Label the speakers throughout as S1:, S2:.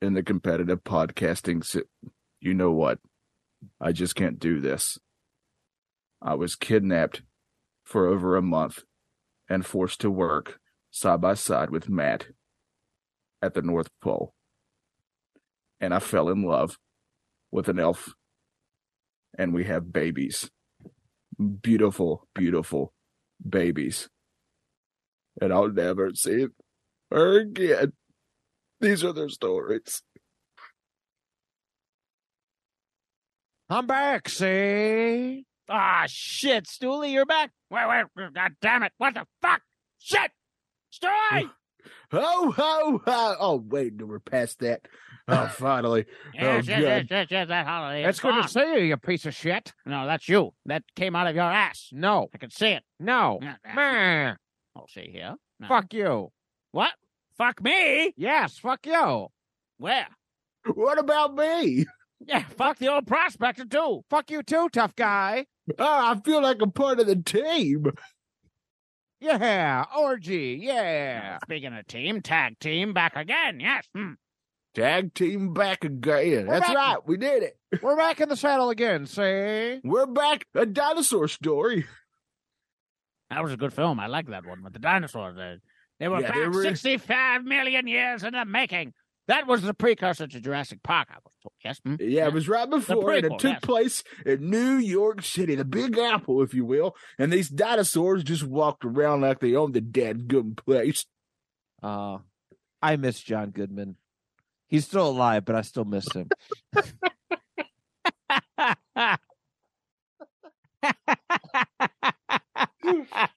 S1: in the competitive podcasting si- you know what i just can't do this i was kidnapped for over a month and forced to work side by side with matt at the north pole and i fell in love with an elf and we have babies beautiful beautiful babies and i'll never see her again these are their stories.
S2: I'm back, see? Ah, shit, Stooley, you're back? Wait, wait, wait, god damn it. What the fuck? Shit!
S3: Mm.
S2: Stooley!
S1: Ho ho ho! Oh wait, we're past that. Oh, finally.
S2: yes, yes,
S1: God.
S2: yes, yes, yes, that holiday.
S3: That's
S2: is
S3: good
S2: gone.
S3: to see you, you piece of shit.
S2: No, that's you. That came out of your ass.
S3: No,
S2: I can see it.
S3: no,
S4: Mm.
S2: Yeah, yeah.
S3: man,
S2: I'll see here. No.
S3: fuck you.
S2: What? Fuck me?
S3: Yes, fuck you.
S2: Where?
S1: What about me?
S2: Yeah, fuck the old prospector, too.
S3: Fuck you too, tough guy.
S1: Oh, I feel like I'm part of the team.
S3: Yeah, orgy. Yeah.
S2: Speaking of team, tag team, back again. Yes. Hmm.
S1: Tag team back again.
S3: We're
S1: That's
S3: back.
S1: right. We did it.
S3: We're back in the saddle again, see?
S1: We're back. A dinosaur story.
S2: That was a good film. I like that one with the dinosaurs. They, they were
S1: Yeah,
S2: back
S1: they were-
S2: 65 million years in the making. That was the precursor to Jurassic Park. I was told. Yes. hmm?
S1: Yeah, it was right before, and
S2: prequel,
S1: it took
S2: yes.
S1: place in New York City, the Big Apple, if you will. And these dinosaurs just walked around like they owned the dead good place.
S3: Uh, I miss John Goodman. He's still alive, but I still miss him.
S2: mm.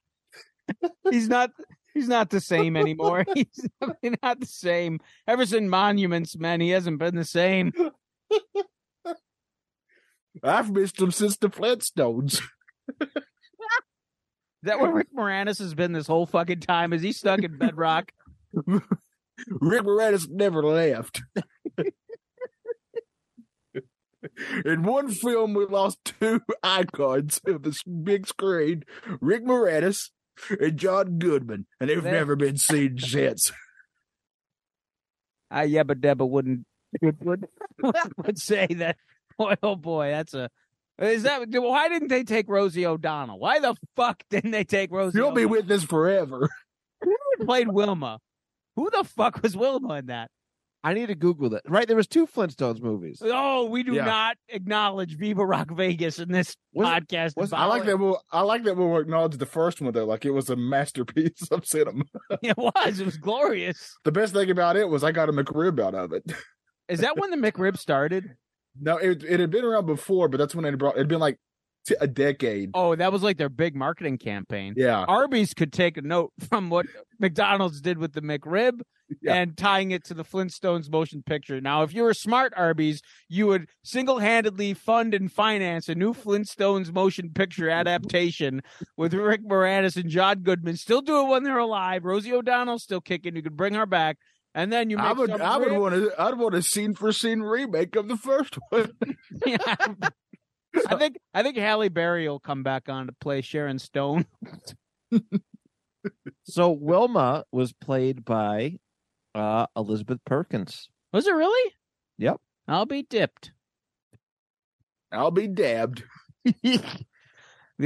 S4: he's not he's not the same anymore. He's definitely not the same. Ever since Monuments Men, he hasn't been the same.
S1: I've missed them since the Flintstones.
S4: Is that what Rick Moranis has been this whole fucking time? Is he stuck in bedrock?
S1: Rick Moranis never left. In one film, we lost two icons of the s- big screen Rick Moranis and John Goodman, and they've
S4: They-
S1: never been seen since.
S4: Ah, yeah, but Deborah wouldn't would, would, would say that. Boy, oh boy, that's a. Is that why didn't they take Rosie O'Donnell? Why the fuck didn't they take Rosie?
S1: You'll be
S4: O'Donnell?
S1: with us forever.
S4: Who played Wilma. Who the fuck was Wilma in that?
S3: I need to Google that. Right, there was two Flintstones movies.
S4: Oh, we do
S1: Yeah.
S4: not acknowledge Viva Rock Vegas in this
S3: Was it-
S4: podcast.
S3: was-
S1: I like that. We'll, I like that we'll acknowledge the first one though, like it was a masterpiece of cinema.
S4: It was. It was glorious.
S1: The best thing about it was I got a McRib out of it.
S4: Is that when the McRib started?
S1: No, it, it had been around before, but that's when it brought. It'd been like t- a decade.
S4: Oh, that was like their big marketing campaign.
S1: Yeah,
S4: Arby's could take a note from what McDonald's did with the McRib
S1: Yeah.
S4: and tying it to the Flintstones motion picture. Now, if you were smart, Arby's, you would single handedly fund and finance a new Flintstones motion picture adaptation with Rick Moranis and John Goodman still doing when they're alive. Rosie O'Donnell still kicking. You could bring her back. And then you make
S1: I would.
S4: some
S1: I would
S4: rib-
S1: want to. I'd want a scene for scene remake of the first one.
S4: Yeah. I think I think Halle Berry will come back on to play Sharon Stone.
S3: So Wilma was played by uh, Elizabeth Perkins.
S4: Was it really?
S3: Yep.
S4: I'll be dipped.
S1: I'll be dabbed.
S4: the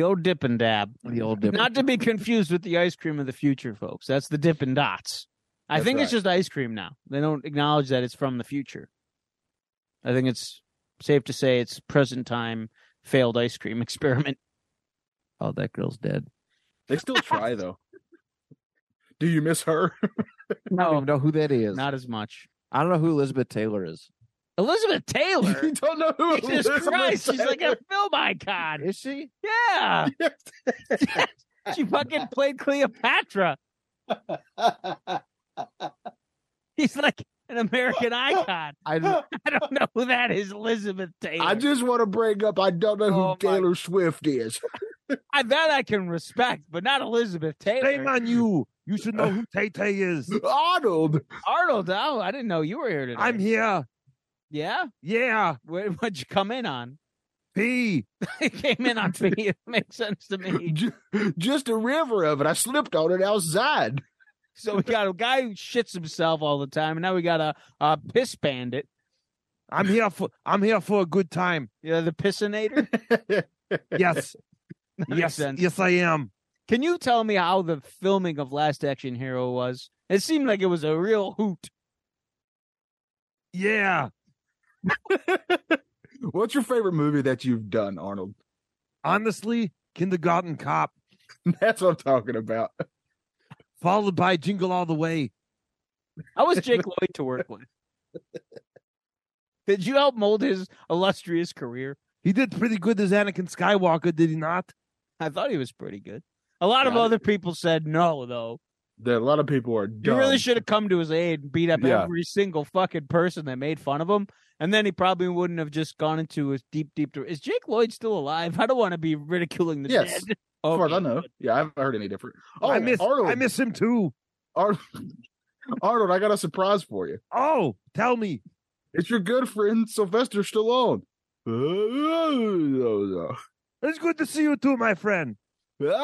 S4: old dip and dab.
S3: The old dip.
S4: Not to be confused with the ice cream of the future, folks. That's the dip and dots. I
S1: That's
S4: think it's
S1: right.
S4: just ice cream now. They don't acknowledge that it's from the future. I think it's safe to say it's present time failed ice cream experiment.
S3: oh, that girl's dead.
S1: They still try though. Do you miss her?
S3: I don't even know who that is.
S4: Not as much.
S3: I don't know who Elizabeth Taylor is.
S4: Elizabeth Taylor.
S1: You don't know who
S4: Jesus
S1: Elizabeth
S4: Christ, she's like
S1: Taylor
S4: a film icon.
S5: Is she?
S4: Yeah. she fucking played Cleopatra. He's like an American icon.
S5: I don't-
S4: I don't know who that is, Elizabeth Taylor.
S1: I just want to bring up. I don't know who
S4: Oh, my-
S1: Taylor Swift is.
S4: I, that I can respect, but not Elizabeth Taylor.
S5: Shame on you. You should know who Tay Tay is.
S1: Arnold.
S4: Arnold, oh, I didn't know you were here today.
S5: I'm here.
S4: Yeah?
S5: Yeah.
S4: What, what'd you come in on?
S5: P.
S4: It came in on me. It makes sense to me.
S1: Ju- Just a river of it. I slipped on it outside.
S4: So we got a guy who shits himself all the time, and now we got a, a piss bandit.
S5: I'm here for I'm here for a good time.
S4: Yeah, the pissinator.
S5: Yes.
S4: Makes
S5: yes.
S4: sense.
S5: Yes, I am.
S4: Can you tell me how the filming of Last Action Hero was? It seemed like it was a real hoot.
S5: Yeah.
S1: What's your favorite movie that you've done, Arnold?
S5: Honestly, kindergarten cop,
S1: That's what I'm talking about.
S5: followed by jingle all the way.
S4: How was Jake Lloyd to work with? Did you help mold his illustrious career?
S5: He did pretty good as Anakin Skywalker, did he not?
S4: I thought he was pretty good. A lot of
S1: Yeah.
S4: other people said no, though.
S1: That a lot of people are
S4: You
S1: dumb.
S4: really should have come to his aid and beat up
S1: Yeah.
S4: every single fucking person that made fun of him. And then he probably wouldn't have just gone into his deep, deep. Is Jake Lloyd still alive? I don't want to be ridiculing the
S1: Yes.
S4: dead.
S1: As far as I
S4: Okay.
S1: know. Yeah, I haven't heard any different. Oh,
S5: I miss
S1: Arnold.
S5: I miss him too.
S1: Ar- Arnold, I got a surprise for you.
S5: Oh, tell me.
S1: It's your good friend Sylvester Stallone.
S5: It's good to see you too, my friend.
S1: Adrian.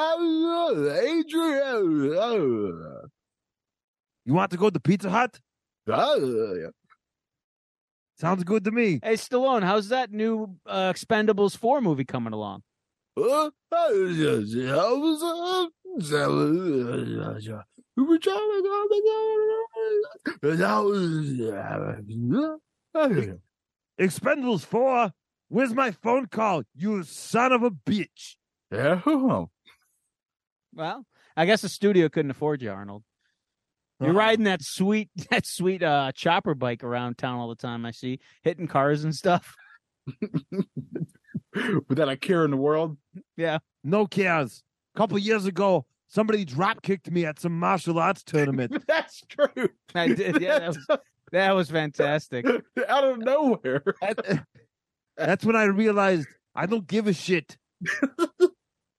S5: You want to go to Pizza Hut? Sounds good to me.
S4: Hey, Stallone, how's that new uh, Expendables 4 movie coming along?
S5: Expendables 4. Where's my phone call? You son of a bitch.
S4: Well, I guess the studio couldn't afford you, Arnold. You're
S5: Uh-uh.
S4: riding that sweet that sweet uh, chopper bike around town all the time. I see hitting cars and stuff.
S1: Without a care in the world.
S5: No cares. A couple years ago, somebody drop kicked me at some martial arts tournament.
S1: That's true.
S4: I did. Yeah, that was, that was fantastic.
S1: Out of nowhere.
S5: That- That's when I realized I don't give a shit.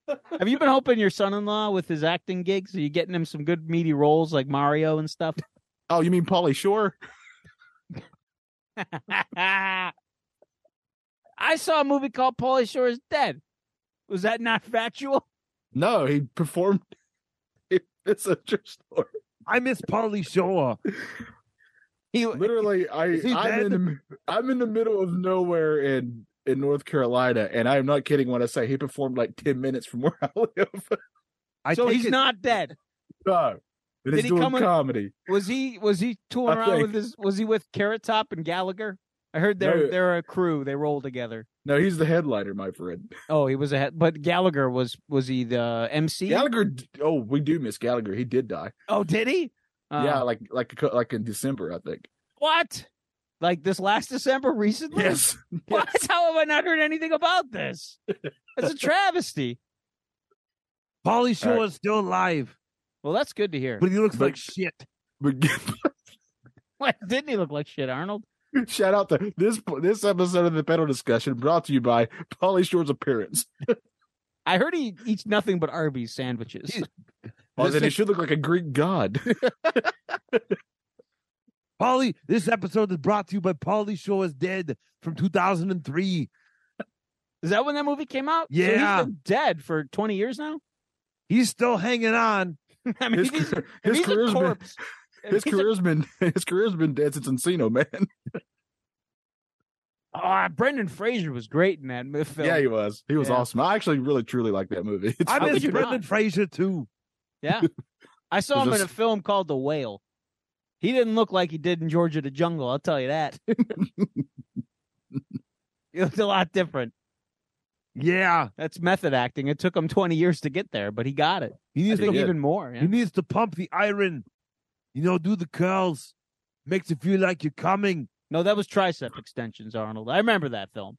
S4: Have you been helping your son-in-law with his acting gigs? Are you getting him some good meaty roles like Mario and stuff?
S1: Oh, you mean Polly Shore?
S4: I saw a movie called Pauly Shore is Dead. Was that not factual?
S1: No, he performed. It's a true story.
S5: I miss Polly Shore.
S4: He
S1: Literally, I
S5: Is he
S1: I'm in,
S5: dead?
S1: the, I'm in the middle of nowhere in in North Carolina, and I am not kidding when I say he performed like ten minutes from where I live.
S5: I
S4: so
S5: take
S4: he's
S5: it-
S4: not dead.
S1: no, but he's
S4: he
S1: doing
S4: come with-
S1: comedy.
S4: Was he was he
S1: I
S4: tooling around
S1: think.
S4: with his was he with Carrot Top and Gallagher? I heard they're
S1: No.
S4: they're a crew. They roll together.
S1: No, he's the headliner, my friend.
S4: Oh, he was a head, but Gallagher was was he the MC?
S1: Gallagher. d- Oh, we do miss Gallagher. He did die.
S4: Oh, did he? Uh,
S1: yeah, like like a cou- like in December, I think.
S4: What? Like this last December recently?
S1: Yes.
S4: What? How have I not heard anything about this? That's a travesty.
S5: Polly Shore
S1: Alright.
S5: is still alive,
S4: well, that's good to hear.
S5: but he looks
S1: But-
S5: like shit.
S1: But
S4: What didn't he look like shit, Arnold?
S1: shout out to this this episode of the panel discussion brought to you by Polly Shore's appearance.
S4: I heard he eats nothing but Arby's sandwiches.
S1: Oh,
S5: This
S1: then he
S5: is-
S1: should look like a Greek god.
S5: Polly, this episode is brought to you by Polly Shore is Dead from 2003.
S4: Is that when that movie came out? so
S5: Yeah.
S4: he's been dead for twenty years now.
S5: He's still hanging on.
S4: I mean,
S1: His,
S4: he's,
S1: car-
S4: if
S1: his
S4: he's
S1: career's
S4: a
S1: been
S4: corpse. if
S1: his
S4: he's a-
S1: career's been his career's been dead since Encino Man.
S4: Oh, Brendan Fraser was great in that mo- film.
S1: Yeah, he was. He was
S4: Yeah.
S1: awesome. I actually really truly like that movie. It's-
S5: I
S4: How
S5: miss
S4: could you
S5: Brendan
S4: not?
S5: Fraser too.
S4: Yeah. I saw
S1: There's
S4: him
S1: a
S4: in a
S1: s-
S4: film called The Whale. He didn't look like he did in Georgia the Jungle, I'll tell you that. he looked a lot different.
S5: Yeah,
S4: That's method acting. It took him 20 years to get there, but he got it.
S5: he
S4: I
S5: needs
S4: think
S5: to
S1: did.
S4: even more. yeah.
S5: he needs to pump the iron. You know, do the curls. Makes it feel like you're coming.
S4: No, that was tricep extensions, Arnold. I remember that film.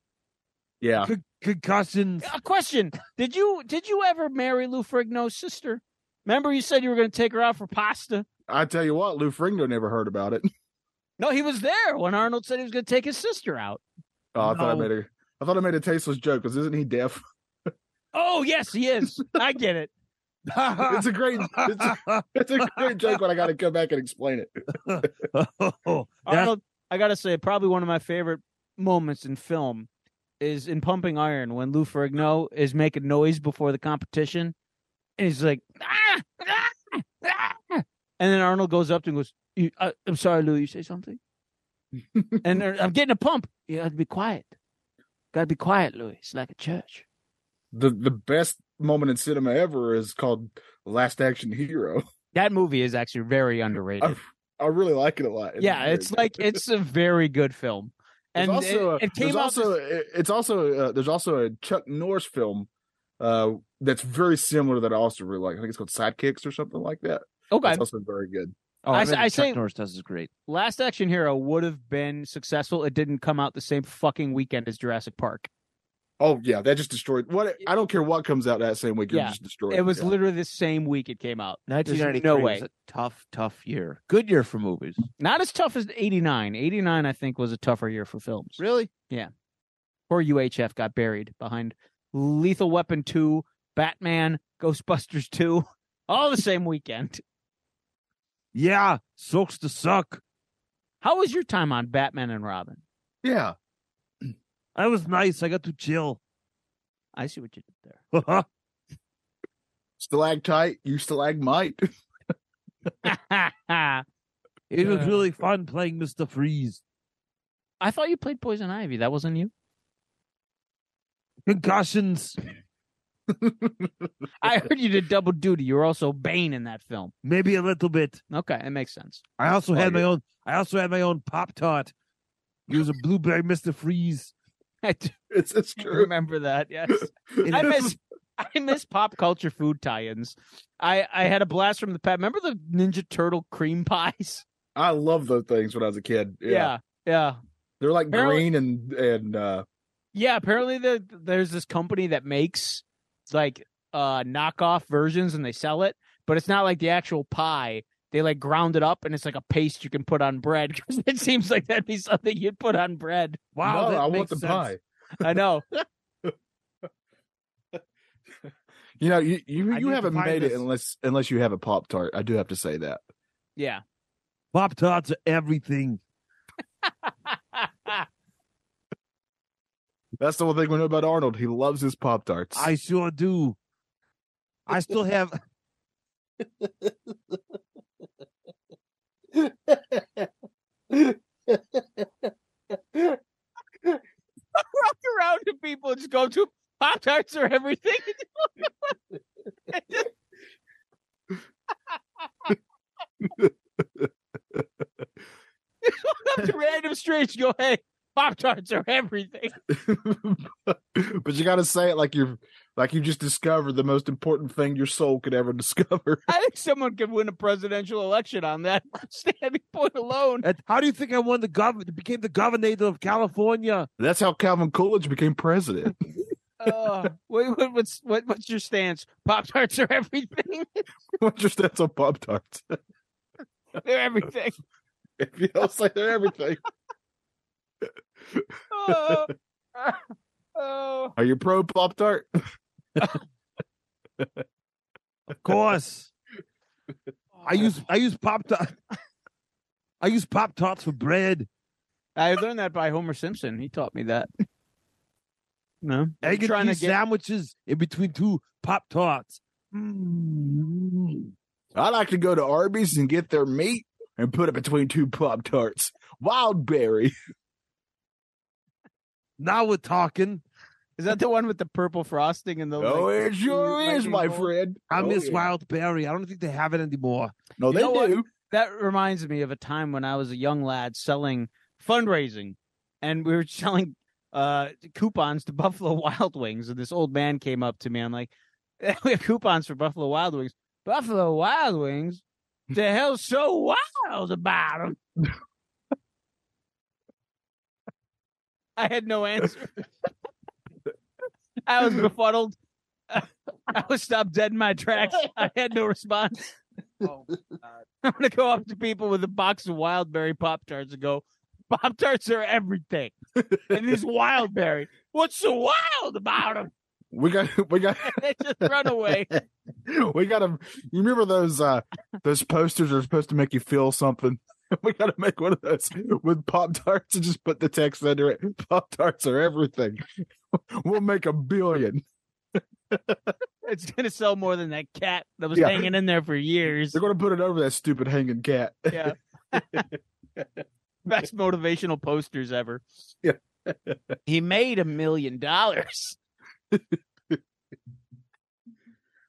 S1: Yeah.
S5: Con- concussions.
S4: A question: Did you did you ever marry Lou Frigno's sister? Remember, you said you were going to take her out for pasta.
S1: I tell you what, Lou Fringo never heard about it.
S4: No, he was there when Arnold said he was going to take his sister out.
S1: Oh, I thought I
S4: No.
S1: made a I thought I made a tasteless joke because isn't he deaf?
S4: Oh, yes, he is. I get it.
S1: It's a great it's a, it's a great joke, but I gotta go back and explain it.
S5: Oh, That's-
S4: Arnold, I gotta say, probably one of my favorite moments in film is in Pumping Iron when Lou Ferrigno is making noise before the competition, and he's like, "Ah, ah, ah." and then Arnold goes up to him and goes, "You- I, "I'm sorry, Lou. You say something?" and they're- I'm getting a pump. You got to be quiet. Got to be quiet, Louis. It's like a church.
S1: The the best moment in cinema ever is called Last Action Hero.
S4: That movie is actually very underrated.
S1: I really like it a lot.
S4: yeah,
S1: very
S4: it's
S1: good.
S4: like it's a very good film.
S1: There's
S4: And
S1: also,
S4: it, it
S1: there's
S4: came out
S1: also
S4: this-
S1: it- it's also uh, there's also a Chuck Norris film uh that's very similar that I also really like. I think it's called Sidekicks or something like that.
S4: okay.
S1: It's also very good.
S5: Oh,
S4: I
S5: I,
S4: s- I
S5: Chuck
S4: say-
S5: Norris does is great.
S4: Last Action Hero would have been successful. It didn't come out the same fucking weekend as Jurassic Park.
S1: Oh yeah, that just destroyed what I don't care what comes out that same week,
S4: Yeah,
S1: it just destroyed.
S4: It was
S1: Yeah.
S4: literally the same week it came out.
S5: 1993
S4: no
S5: was
S4: way.
S5: a tough, tough year. Good year for movies.
S4: Not as tough as 89. 89, I think, was a tougher year for films.
S5: Really?
S4: Poor UHF got buried behind Lethal Weapon 2, Batman, Ghostbusters 2, all the same weekend.
S5: Yeah. Sucks to suck.
S4: How was your time on Batman and Robin?
S1: yeah.
S5: I was nice. I got to chill.
S4: I see what you did there.
S1: Stalactite, you stalagmite.
S5: It was
S4: Yeah.
S5: really fun playing Mr. Freeze.
S4: I thought you played Poison Ivy. That wasn't you.
S5: Concussions.
S4: I heard you did double duty. You were also Bane in that film.
S5: Maybe a little bit.
S4: Okay, it makes sense.
S5: I also
S1: Oh,
S5: had my
S1: yeah.
S5: own. I also had my own Pop Tart. It was a blueberry Mister Freeze.
S4: I do
S1: It's it's true.
S4: remember that. Yes.
S5: It-
S4: I miss I miss pop culture food tie-ins. I I had a blast from the past. Remember the Ninja Turtle cream pies?
S1: I love those things when I was a kid. Yeah.
S4: Yeah. yeah.
S1: They're like
S4: Apparently-
S1: green and and uh
S4: Yeah, apparently the, there's this company that makes like uh knockoff versions and they sell it, but it's not like the actual pie. They like ground it up and it's like a paste you can put on bread 'cause it seems like that'd be something you'd put on bread.
S5: wow,
S1: no,
S5: that
S1: I
S5: makes
S1: want the
S5: sense.
S1: pie.
S4: I know.
S1: You know, you you,
S5: I
S1: you
S5: need to
S1: haven't
S5: find
S1: made
S5: this.
S1: it unless unless you have a pop tart. I do have to say that.
S4: Yeah.
S5: Pop Tarts are everything.
S1: That's the one thing we know about Arnold. He loves his pop tarts.
S5: I sure do. I still have.
S4: walk around to people and just go to Pop Tarts or everything. Just walk up to random streets, and go, hey, Pop Tarts are everything.
S1: but you got to say it like you're like you just discovered the most important thing your soul could ever discover.
S4: I think someone could win a presidential election on that standing point alone.
S5: and How do you think I won the government? Became the governor of California?
S1: That's how Calvin Coolidge became president.
S4: Uh, what, what, what's what, what's your stance? Pop Tarts are everything.
S1: What's your stance on pop tarts?
S4: They're everything.
S1: If you don't say they're everything,
S4: Oh, oh.
S1: are you pro pop tart?
S5: Of course. I use I use Pop Tart. I use Pop Tarts for bread.
S4: I learned that by Homer Simpson. He taught me that. No,
S5: Egg
S4: trying
S5: and
S4: to
S5: cheese
S4: get-
S5: sandwiches in between two Pop Tarts.
S1: I like to go to Arby's and get their meat and put it between two pop tarts. Wild berry.
S5: Now we're talking.
S4: is that the one with the purple frosting and the?
S1: oh,
S4: like,
S1: it sure
S4: lightning
S1: is, my
S4: bolt?
S1: friend.
S5: I
S1: Oh,
S5: miss
S1: yeah.
S5: wild berry. I don't think they have it anymore.
S1: No,
S4: You
S1: they
S4: know what?
S1: do.
S4: That reminds me of a time when I was a young lad selling fundraising, and we were selling uh coupons to Buffalo Wild Wings, and this old man came up to me. I'm like, "We have coupons for Buffalo Wild Wings. Buffalo Wild Wings. The hell's so wild about them? I had no answer. I was befuddled. I was stopped dead in my tracks. I had no response. I'm gonna go up to people with a box of Wildberry Pop Tarts and go, Pop Tarts are everything. And this Wildberry, what's so wild about them?
S1: We got we got
S4: They just run away.
S1: we got to. You remember those uh those posters are supposed to make you feel something. We got to make one of those with pop tarts and just put the text under it. Pop tarts are everything. We'll make a billion.
S4: It's gonna sell more than that cat that was
S1: Yeah.
S4: hanging in there for years.
S1: They're going to put it over that stupid hanging cat.
S4: Yeah. Best motivational posters ever.
S1: Yeah.
S4: he made a million dollars.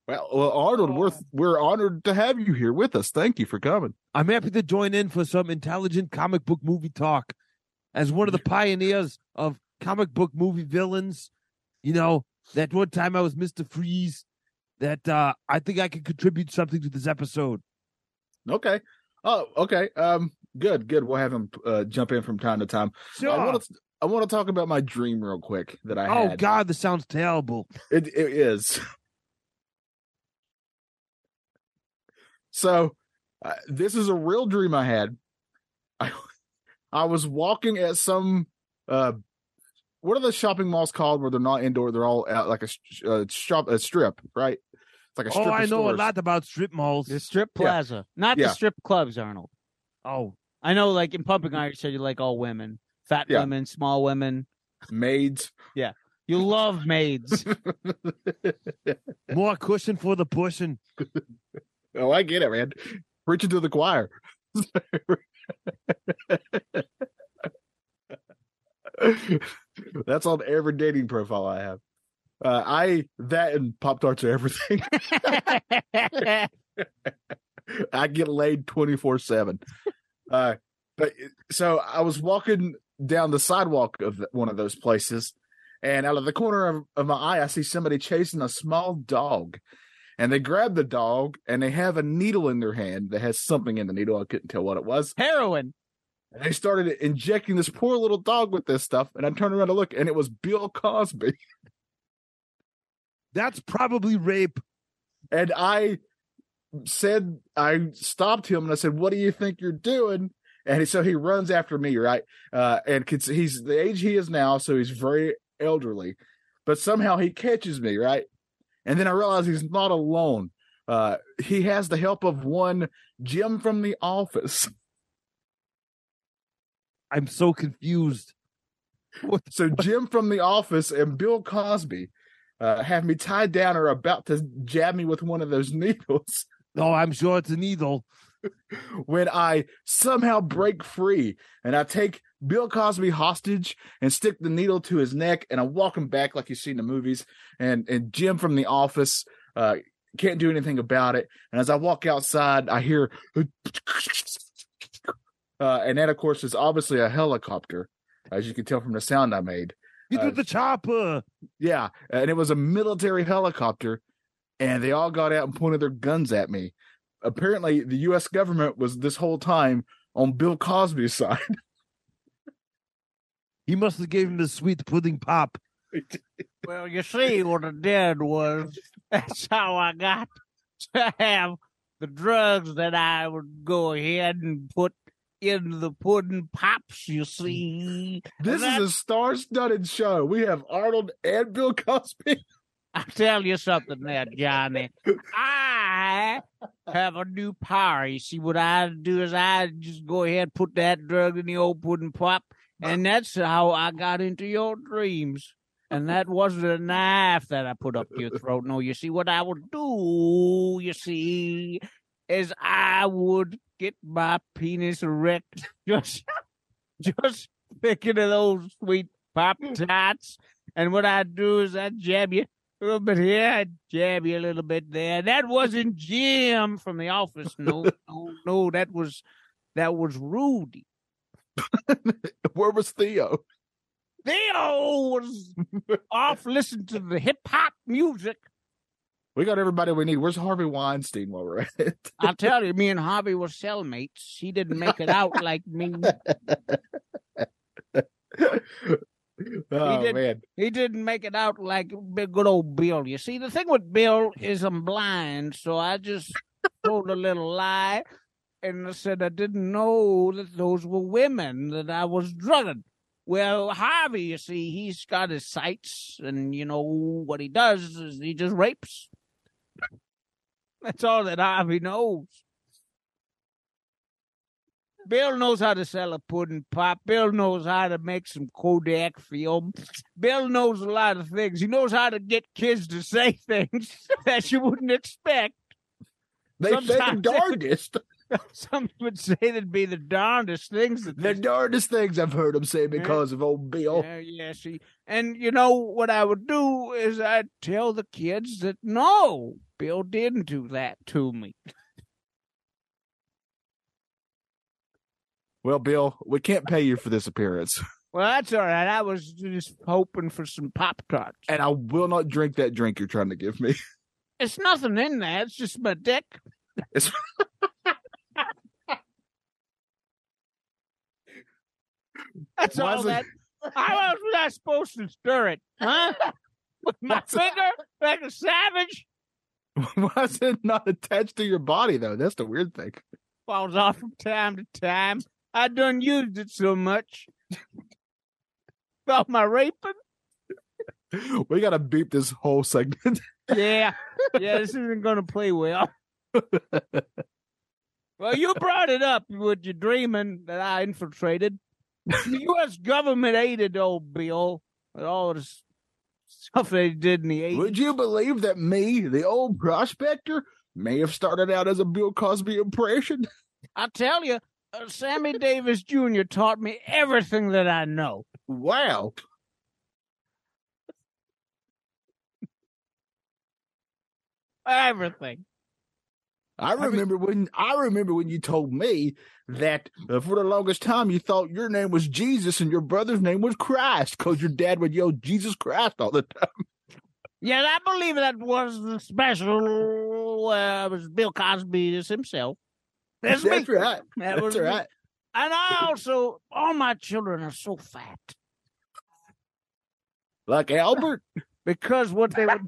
S1: Well, well, Arnold, we're we're honored to have you here with us. Thank you for coming.
S3: I'm happy to join in for some intelligent comic book movie talk. As one of the pioneers of comic book movie villains, you know, that one time I was Mr. Freeze, that uh, I think I can contribute something to this episode.
S1: Okay. Oh, okay. Um, good, good. We'll have him uh, jump in from time to time. I want to I want to talk about my dream real quick that I
S3: Oh,
S1: had.
S3: God, this sounds terrible.
S1: It it is. So, uh, this is a real dream I had. I I was walking at some uh what are the shopping malls called where they're not indoor, they're all out like a, sh- uh shop a strip, right? It's like a strip
S3: Oh,
S1: of
S3: I know a
S1: stores.
S3: lot about strip malls.
S4: The strip
S1: Yeah.
S4: plaza, not
S1: Yeah.
S4: the strip clubs, Arnold.
S3: oh,
S4: I know, like in Pumping Iron, you said you like all women, fat
S1: Yeah.
S4: women, small women.
S1: maids.
S4: You love maids.
S3: more cushion for the pushing.
S1: Oh, I get it, man. Preaching to the choir. That's on every dating profile I have. Uh, I that and Pop Tarts are everything. I get laid twenty four seven. Uh, but so I was walking down the sidewalk of th- one of those places, and out of the corner of, of my eye, I see somebody chasing a small dog, and they grab the dog and they have a needle in their hand that has something in the needle. I couldn't tell what it was.
S4: Heroin.
S1: And they started injecting this poor little dog with this stuff, and I turned around to look, and it was Bill Cosby.
S3: That's probably rape.
S1: And I said, I stopped him and I said, What do you think you're doing? And so he runs after me, right? Uh, and cons- he's the age he is now, so he's very elderly, but somehow he catches me, right? And then I realize he's not alone. Uh, he has the help of one Jim from the office.
S3: I'm so confused.
S1: So Jim from the office and Bill Cosby uh, have me tied down or about to jab me with one of those needles.
S3: No, I'm sure it's a needle.
S1: when I somehow break free and I take Bill Cosby hostage and stick the needle to his neck and I walk him back like you see in the movies and and Jim from the office uh can't do anything about it and as I walk outside I hear uh and that of course is obviously a helicopter as you can tell from the sound I made
S3: Get
S1: Uh,
S3: with the chopper.
S1: yeah, and it was a military helicopter, and they all got out and pointed their guns at me. Apparently, the U.S. government was this whole time on Bill Cosby's side.
S3: He must have gave him the sweet pudding pop.
S4: Well, you see, what I did was that's how I got to have the drugs that I would go ahead and put in the pudding pops, you see.
S1: This is
S4: That-
S1: a star-studded show. We have Arnold and Bill Cosby.
S4: I tell you something there, Johnny. I have a new power. You see, what I do is I just go ahead and put that drug in the old pudding pop, and that's how I got into your dreams. And that wasn't a knife that I put up your throat. No, you see, what I would do, you see, is I would get my penis erect just, just picking of those sweet pop tarts. And what I do is I jab you a little bit here, I jab you a little bit there. That wasn't Jim from the office. No, no, no. That was that was Rudy.
S1: Where was Theo?
S4: Theo was off listening to the hip hop music.
S1: We got everybody we need. Where's Harvey Weinstein while we're at it?
S4: I'll tell you, me and Harvey were cellmates. He didn't make it out like me.
S1: Oh
S4: did-
S1: man,
S4: He didn't make it out like big good old Bill. You see, the thing with Bill is I'm blind, so I just told a little lie and I said I didn't know that those were women that I was drugging. Well, Harvey, you see, he's got his sights, and you know what he does is he just rapes. That's all that Harvey knows. Bill knows how to sell a pudding pop. Bill knows how to make some Kodak film. Bill knows a lot of things. He knows how to get kids to say things that you wouldn't expect.
S1: they say the
S4: Sometimes-
S1: darndest,
S4: Some would say that'd be the darndest things that
S1: the darndest things I've heard them say because of old Bill.
S4: Yeah, yeah, see. And you know what I would do is I'd tell the kids that no, Bill didn't do that to me.
S1: Well, Bill, we can't pay you for this appearance,
S4: Well, that's all right. I was just hoping for some pop tarts.
S1: and I will not drink that drink you're trying to give me.
S4: It's nothing in there. It's just my dick.
S1: It's-
S4: That's
S1: Why
S4: all
S1: is it-
S4: that. How else was I supposed to stir it, huh? With my
S1: Why's it-
S4: finger, like a savage,
S1: Why is it not attached to your body though? That's the weird thing.
S4: falls off from time to time. I done used it so much. About my raping.
S1: We gotta beep this whole segment.
S4: Yeah, yeah, this isn't going to play well. well, you brought it up with your dreaming that I infiltrated. The U.S. government aided old Bill with all this stuff they did in the 80s.
S1: Would you believe that me, the old prospector, may have started out as a Bill Cosby impression?
S4: I tell you, uh, Sammy Davis Jr. taught me everything that I know.
S1: Wow.
S4: Everything.
S1: I remember when I remember when you told me that uh, for the longest time you thought your name was Jesus and your brother's name was Christ because your dad would yell Jesus Christ all the time.
S4: Yeah, I believe that was the special. Uh, it was Bill Cosby as himself. That's, me.
S1: right.
S4: That
S1: That's
S4: was me.
S1: right.
S4: And I also, all my children are so fat
S1: Like Albert.
S4: because what they would.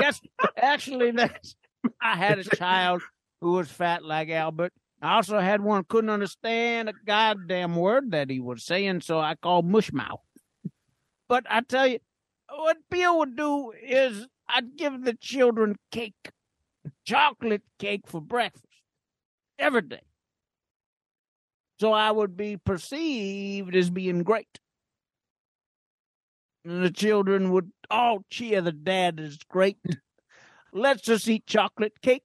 S4: yes, actually, that's. I had a child who was fat like Albert. I also had one couldn't understand a goddamn word that he was saying, so I called mushmouth. But I tell you, what Bill would do is I'd give the children cake, chocolate cake for breakfast every day. So I would be perceived as being great. And the children would all cheer the dad is great. Let's just eat chocolate cake.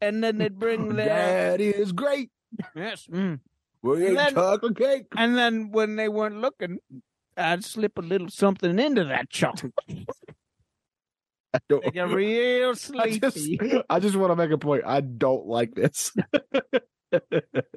S4: And then they'd
S1: Oh,
S4: bring their
S1: That is great.
S4: yes. Mm.
S1: We ate
S4: Then-
S1: chocolate cake.
S4: And then when they weren't looking, I'd slip a little something into that chocolate.
S1: I don't-
S4: They get real
S1: I
S4: sleepy.
S1: just, I just want to make a point. I don't like this.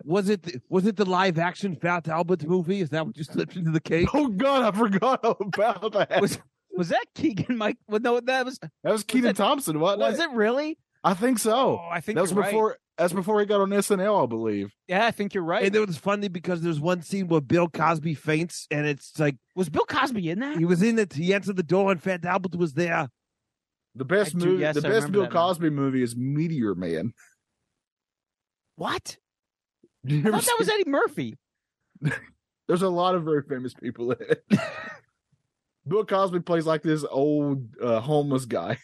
S3: Was it the, was it the live action Fat Albert movie? Is that what you slipped into the cake?
S1: Oh God, I forgot all about that.
S4: Was- Was that Keegan Mike? Well, no, that was
S1: Oh, that was Keaton
S4: it-
S1: Thompson, wasn't
S4: was
S1: it?
S4: it really?
S1: Oh, I think so.
S4: I think
S1: that was
S4: you're
S1: before.
S4: Right.
S1: That's before he got on SNL, I believe.
S4: Yeah, I think you're right.
S3: And it was funny because there's one scene where Bill Cosby faints, and it's like
S4: was Bill Cosby in that?
S3: he was in it. He answered the door, and Fat Albert was there.
S1: The best
S4: I do-
S1: movie,
S4: yes,
S1: the
S4: I
S1: best
S4: remember
S1: Bill
S4: that now.
S1: Cosby movie is Meteor Man.
S4: What?
S1: You
S4: I
S1: ever
S4: thought that was
S1: seen-
S4: Eddie Murphy.
S1: There's a lot of very famous people in it. Bill Cosby plays like this old uh, homeless guy.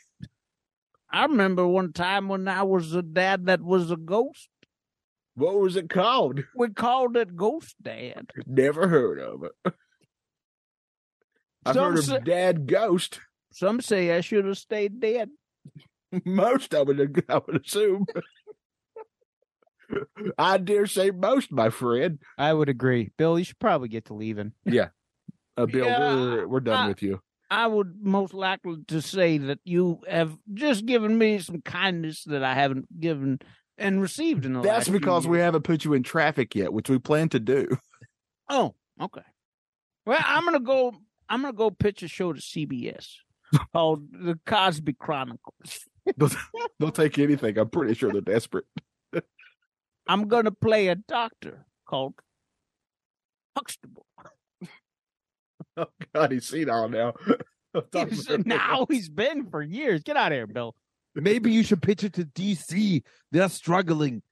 S4: I remember one time when I was a dad that was a ghost.
S1: What was it called?
S4: We called it Ghost Dad.
S1: Never heard of it. I've
S4: Some
S1: heard of
S4: say-
S1: Dad Ghost.
S4: Some say I should have stayed dead.
S1: Most I would, I would assume. I dare say most, my friend.
S4: I would agree. Bill, you should probably get to leaving.
S1: Uh, Bill,
S4: Yeah,
S1: we're we're done
S4: I-
S1: with you.
S4: I would most likely to say that you have just given me some kindness that I haven't given and received in the last
S1: That's
S4: few
S1: because we
S4: years.
S1: haven't put you in traffic yet, which we plan to do.
S4: Oh, okay. Well, I'm gonna go. I'm gonna go pitch a show to CBS called The Cosby Chronicles.
S1: They'll take anything. I'm pretty sure they're desperate.
S4: I'm gonna play a doctor called Huxtable.
S1: Oh God, he's senile now. I'm talking
S4: He's-
S1: about-
S4: now he's been for years. Get out of here, Bill.
S3: Maybe you should pitch it to DC. They're struggling.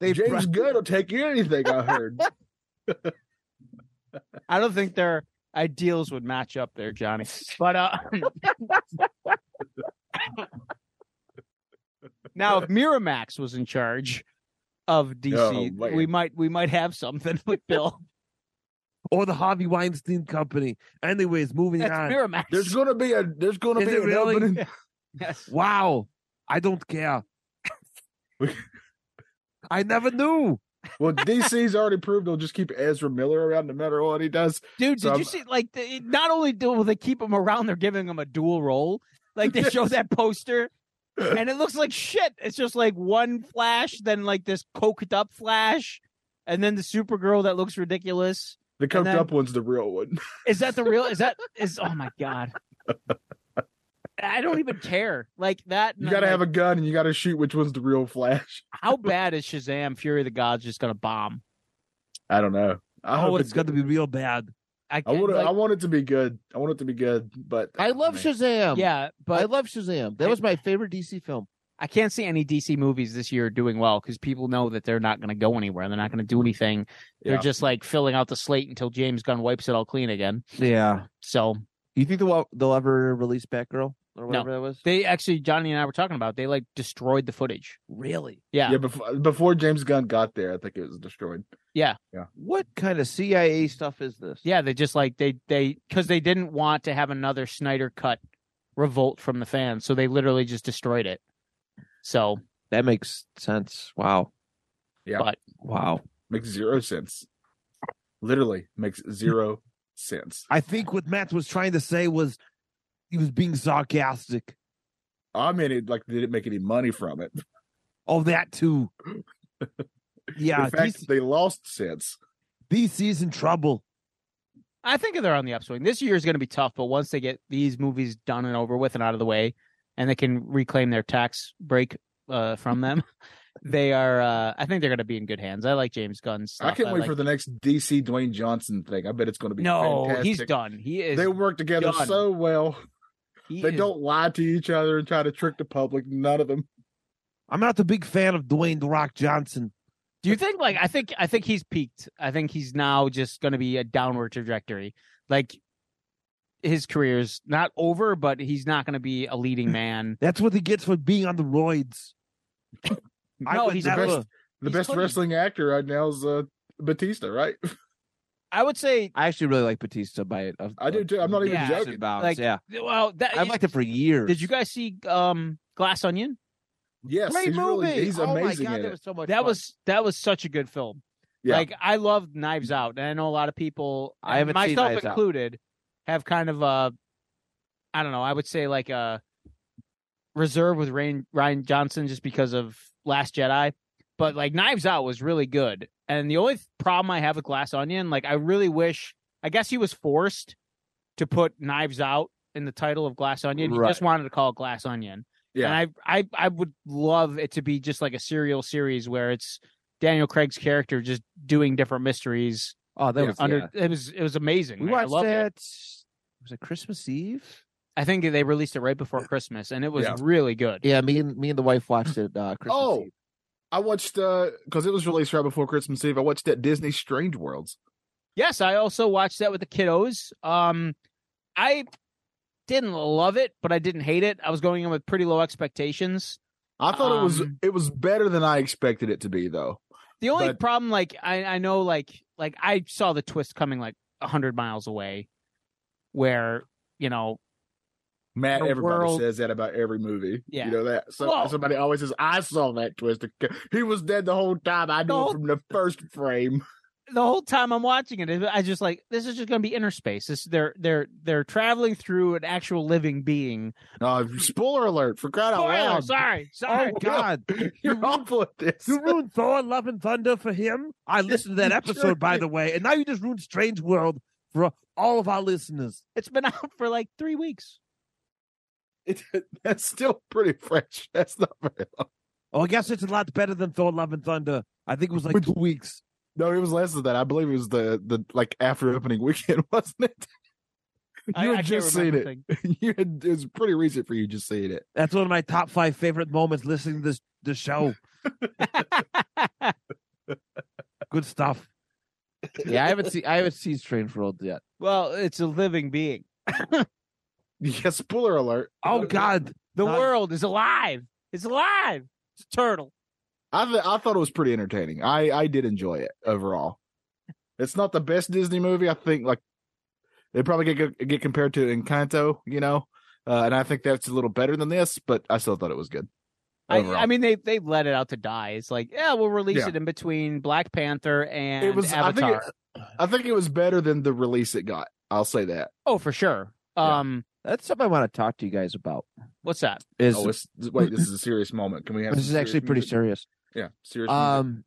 S3: They've
S1: James
S3: brought-
S1: Good will take you anything. I heard.
S4: I don't think their ideals would match up there, Johnny. But uh now if Miramax was in charge of DC,
S1: Oh, man.
S4: we might we might have something with Bill.
S3: or the Harvey Weinstein Company. Anyways, moving
S4: That's
S3: on.
S4: Miramax.
S1: There's gonna be a there's gonna
S3: Is
S1: be
S3: it
S1: an
S3: really?
S1: opening.
S4: Yes.
S3: Wow. I don't care. I never knew.
S1: Well, DC's already proved they'll just keep Ezra Miller around no matter what he does.
S4: Dude,
S1: So
S4: did
S1: I'm-
S4: you see? Like, they, not only do will they keep him around, they're giving him a dual role. Like they show that poster, and it looks like shit. It's just like one flash, then like this coked up flash, and then the Supergirl that looks ridiculous.
S1: The coked
S4: then-
S1: up one's the real one.
S4: Is that the real? Is that is? Oh my god! I don't even care. Like that.
S1: You gotta have a gun and you gotta shoot which one's the real Flash.
S4: How bad is Shazam? Fury of the Gods just gonna bomb?
S1: I don't know. I
S3: Oh,
S1: hope
S3: it's
S1: it's
S3: going to be real bad.
S4: I,
S1: I want
S4: like-
S1: I want it to be good. I want it to be good, but
S5: I love
S1: Man.
S5: Shazam.
S4: yeah, but
S5: I love Shazam. That
S4: I-
S5: was my favorite DC film.
S4: I can't see any DC movies this year doing well because people know that they're not going to go anywhere. They're not going to do anything. They're
S1: Yeah.
S4: just like filling out the slate until James Gunn wipes it all clean again.
S5: Yeah.
S4: So
S5: You think they'll, they'll ever release Batgirl or whatever that was?
S4: they actually, Johnny and I were talking about, they like destroyed the footage.
S5: Really?
S4: Yeah.
S1: yeah, before, before James Gunn got there, I think it was destroyed.
S5: What kind of CIA stuff is this?
S4: Yeah. They just like, they, they, because they didn't want to have another Snyder cut revolt from the fans. So they literally just destroyed it. So
S5: That makes sense. Wow.
S1: Yeah.
S4: But-
S5: wow.
S1: Makes zero sense. Literally makes zero sense.
S3: I think what Matt was trying to say was he was being sarcastic.
S1: I mean, it like they didn't make any money from it.
S3: Oh, that too. Yeah,
S1: In fact,
S3: DC,
S1: they lost sense.
S3: DC's in trouble.
S4: I think they're on the upswing. This year is going to be tough, but once they get these movies done and over with and out of the way, and they can reclaim their tax break uh, from them, they are. Uh, I think they're going to be in good hands. I like James Gunn's. Stuff.
S1: I can't wait
S4: like-
S1: for the next DC Dwayne Johnson thing. I bet it's going to be
S4: No,
S1: Fantastic.
S4: he's done. He is.
S1: They work together
S4: done.
S1: so well.
S4: he
S1: They
S4: is-
S1: don't lie to each other and try to trick the public. None of them.
S3: I'm not a big fan of Dwayne The Rock Johnson.
S4: Do you think? Like, I think. I think he's peaked. I think he's now just going to be a downward trajectory. Like, his career's not over, but he's not going to be a leading man.
S3: That's what he gets for being on the roids. I
S4: no,
S3: would
S4: he's
S1: the
S3: never-
S4: worse.
S1: best. The
S4: He's
S1: best
S4: clean.
S1: wrestling actor right now is uh, Batista, right?
S4: I would say.
S5: I actually really like Batista by it.
S1: I do too. I'm not even
S4: Yeah.
S1: joking.
S5: Bounce.
S4: Like-
S5: Yeah.
S4: Well, that
S5: I've liked it for years.
S4: Did you guys see um Glass Onion?
S1: Yes,
S5: Great
S1: he's
S5: movie.
S1: really he's
S5: oh
S1: amazing
S5: my God,
S1: in
S5: that
S1: it.
S5: was so much
S4: That
S5: fun.
S4: was that was such a good film.
S1: Yeah.
S4: Like I loved Knives Out, and I know a lot of people,
S5: I haven't seen
S4: myself
S5: Knives Out.
S4: included, have kind of uh, I don't know. I would say like a reserve with Rain, Ryan Johnson just because of Last Jedi, but like Knives Out was really good. And the only th- problem I have with Glass Onion, like I really wish, I guess he was forced to put Knives Out in the title of Glass Onion. He just wanted to call it Glass Onion.
S1: yeah,
S4: And I, I I would love it to be just like a serial series where it's Daniel Craig's character just doing different mysteries
S5: Oh, that
S1: Yeah.
S5: was
S4: under
S5: yeah.
S4: it was it was amazing.
S5: We
S4: man. I
S5: watched
S4: loved
S5: that.
S4: it.
S5: Was it Christmas Eve?
S4: I think they released it right before Christmas and it was
S1: Yeah.
S4: really good.
S5: Yeah, me and me and the wife watched it. Uh, Christmas
S1: Oh.
S5: Eve.
S1: I watched uh because it was released right before Christmas Eve. I watched that Disney Strange Worlds.
S4: Yes, I also watched that with the kiddos. Um I didn't love it, but I didn't hate it. I was going in with pretty low expectations.
S1: I thought it was
S4: Um,
S1: it was better than I expected it to be, though.
S4: The only
S1: But-
S4: problem, like I, I know, like like I saw the twist coming like hundred miles away, where you know
S1: Matt,
S4: The
S1: everybody
S4: world-
S1: says that about every movie.
S4: Yeah.
S1: you know that. So
S4: Well-
S1: somebody always says, "I saw that twist. He was dead the whole time. I knew
S4: The
S1: it
S4: whole-
S1: from the first frame."
S4: the whole time I'm watching it, I just like this is just going to be inner space. This they're they're they're traveling through an actual living being.
S1: Uh, spoiler alert! For crying out
S4: Spoiler,
S1: loud,
S4: sorry,
S3: Oh
S4: sorry.
S3: God,
S1: you're awful at this.
S3: you ruined Thor: Love and Thunder for him. I listened to that episode, by the way, and now you just ruined Strange World for all of our listeners.
S4: It's been out for like three weeks.
S1: It, that's still pretty fresh. That's not very long.
S3: Oh, I guess it's a lot better than Thor: Love and Thunder. I think it was like
S1: Which-
S3: two weeks.
S1: No, it was less than that. I believe it was the the like after opening weekend, wasn't it? You
S4: I,
S1: had
S4: I can't
S1: just seen
S4: remember
S1: it.
S4: things.
S1: you had, it was pretty recent for you just seeing it.
S3: That's one of my top five favorite moments listening to this the show. Good stuff.
S5: yeah, I haven't seen I haven't seen Strange World yet.
S4: Well, it's a living being.
S1: Yeah, spoiler alert.
S3: Oh God,
S4: The
S3: Not-
S4: world is alive. It's alive. It's a turtle.
S1: I th- I thought it was pretty entertaining. I I did enjoy it overall. It's not the best Disney movie. I think like they probably get get compared to Encanto, you know, uh, and I think that's a little better than this, but I still thought it was good.
S4: I,
S1: overall.
S4: I mean, they they let it out to die. It's like, yeah, we'll release
S1: Yeah.
S4: it in between Black Panther and
S1: it was
S4: Avatar.
S1: I think it, uh, I think it was better than the release it got. I'll say that.
S4: oh, for sure.
S1: Yeah.
S4: Um,
S5: That's something I want to talk to you guys about.
S4: what's that?
S5: Is
S1: Oh, it's, wait, this is a serious moment. Can we have
S5: this
S1: some
S5: is actually pretty
S1: music?
S5: serious.
S1: Yeah, serious. music.
S5: Um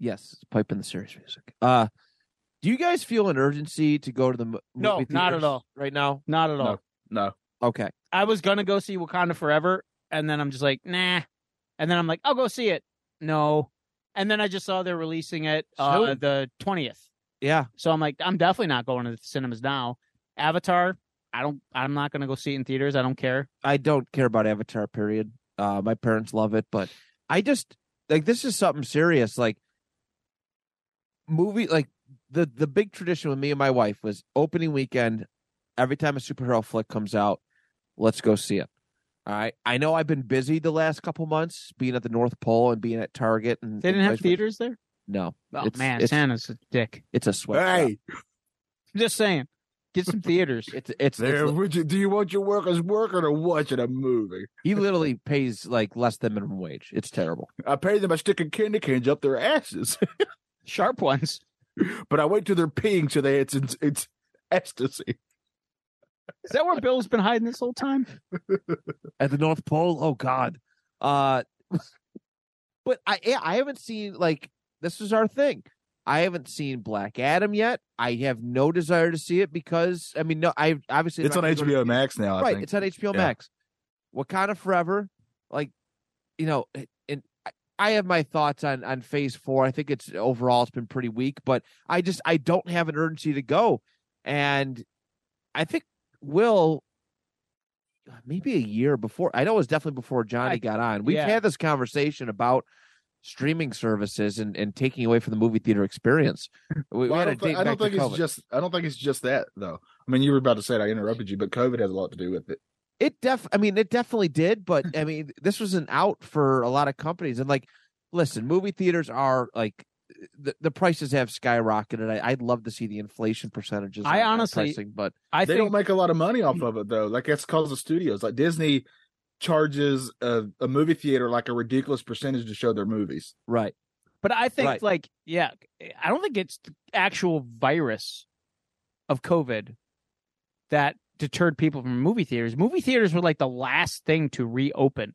S5: Yes, it's pipe in the serious music. Uh do you guys feel an urgency to go to the mo-
S4: No,
S5: movie
S4: not at
S5: theaters
S4: all.
S5: right now?
S4: Not at all.
S1: no,
S5: Okay.
S4: I was gonna go see Wakanda Forever, and then I'm just like, nah. And then I'm like, I'll go see it. No. And then I just saw they're releasing it uh,
S5: Soon.
S4: the twentieth.
S5: Yeah.
S4: So I'm like, I'm definitely not going to the cinemas now. Avatar, I don't. I'm not gonna go see it in theaters. I don't care.
S5: I don't care about Avatar. Period. Uh, my parents love it, but I just like this is something serious. Like movie, like the the big tradition with me and my wife was opening weekend. Every time a superhero flick comes out, let's go see it. All right. I know I've been busy the last couple months, being at the North Pole and being at Target. And
S4: They didn't have
S5: and-
S4: theaters there.
S5: No,
S4: Oh
S5: It's-
S4: man,
S5: it's-
S4: Santa's a dick.
S5: it's a sweat.
S4: I'm just saying, get some theaters.
S5: It's it's,
S1: There,
S5: it's
S1: would you, do you want your workers working or watching a movie?
S5: he literally pays like less than minimum wage. It's terrible.
S1: I pay them by sticking candy canes up their asses,
S4: Sharp ones.
S1: but I wait till they're peeing so they it's it's, it's ecstasy.
S4: Is that where Bill's been hiding this whole time?
S3: at the North Pole. Oh God,
S5: Uh, but I yeah, I haven't seen like this is our thing. I haven't seen Black Adam yet. I have no desire to see it because I mean, no, I obviously
S1: It's
S5: I'm
S1: on
S5: not gonna go to-
S1: HBO Max now. I
S5: Right,
S1: think.
S5: it's on HBO
S1: Yeah.
S5: Max. Wakanda Forever, like you know, eh, and I- I have my thoughts on on Phase Four. I think it's overall it's been pretty weak, but I just I don't have an urgency to go, and I think Will maybe a year before. I know it was definitely before Johnny
S4: I-
S5: got on. We've
S4: yeah.
S5: had this conversation about streaming services and, and taking away from the movie theater experience. We, we
S1: Well, I
S5: had a
S1: don't, thi-
S5: date
S1: I
S5: back
S1: don't
S5: to
S1: think
S5: COVID.
S1: it's just. I don't think it's just that though. I mean, you were about to say it, I interrupted you, but COVID has a lot to do with it.
S5: It def I mean it definitely did, but I mean this was an out for a lot of companies. And like listen, movie theaters are like the, the prices have skyrocketed. I, I'd love to see the inflation percentages.
S4: I
S5: on- on
S4: honestly-
S5: pricing, but
S4: I
S1: they
S4: think
S1: don't make a lot of money off
S5: Mm.
S1: of it though. Like that's because of studios. Like Disney charges a, a movie theater like a ridiculous percentage to show their movies.
S5: right.
S4: But I think
S5: Right.
S4: like yeah, I don't think it's the actual virus of COVID that deterred people from movie theaters. Movie theaters were like the last thing to reopen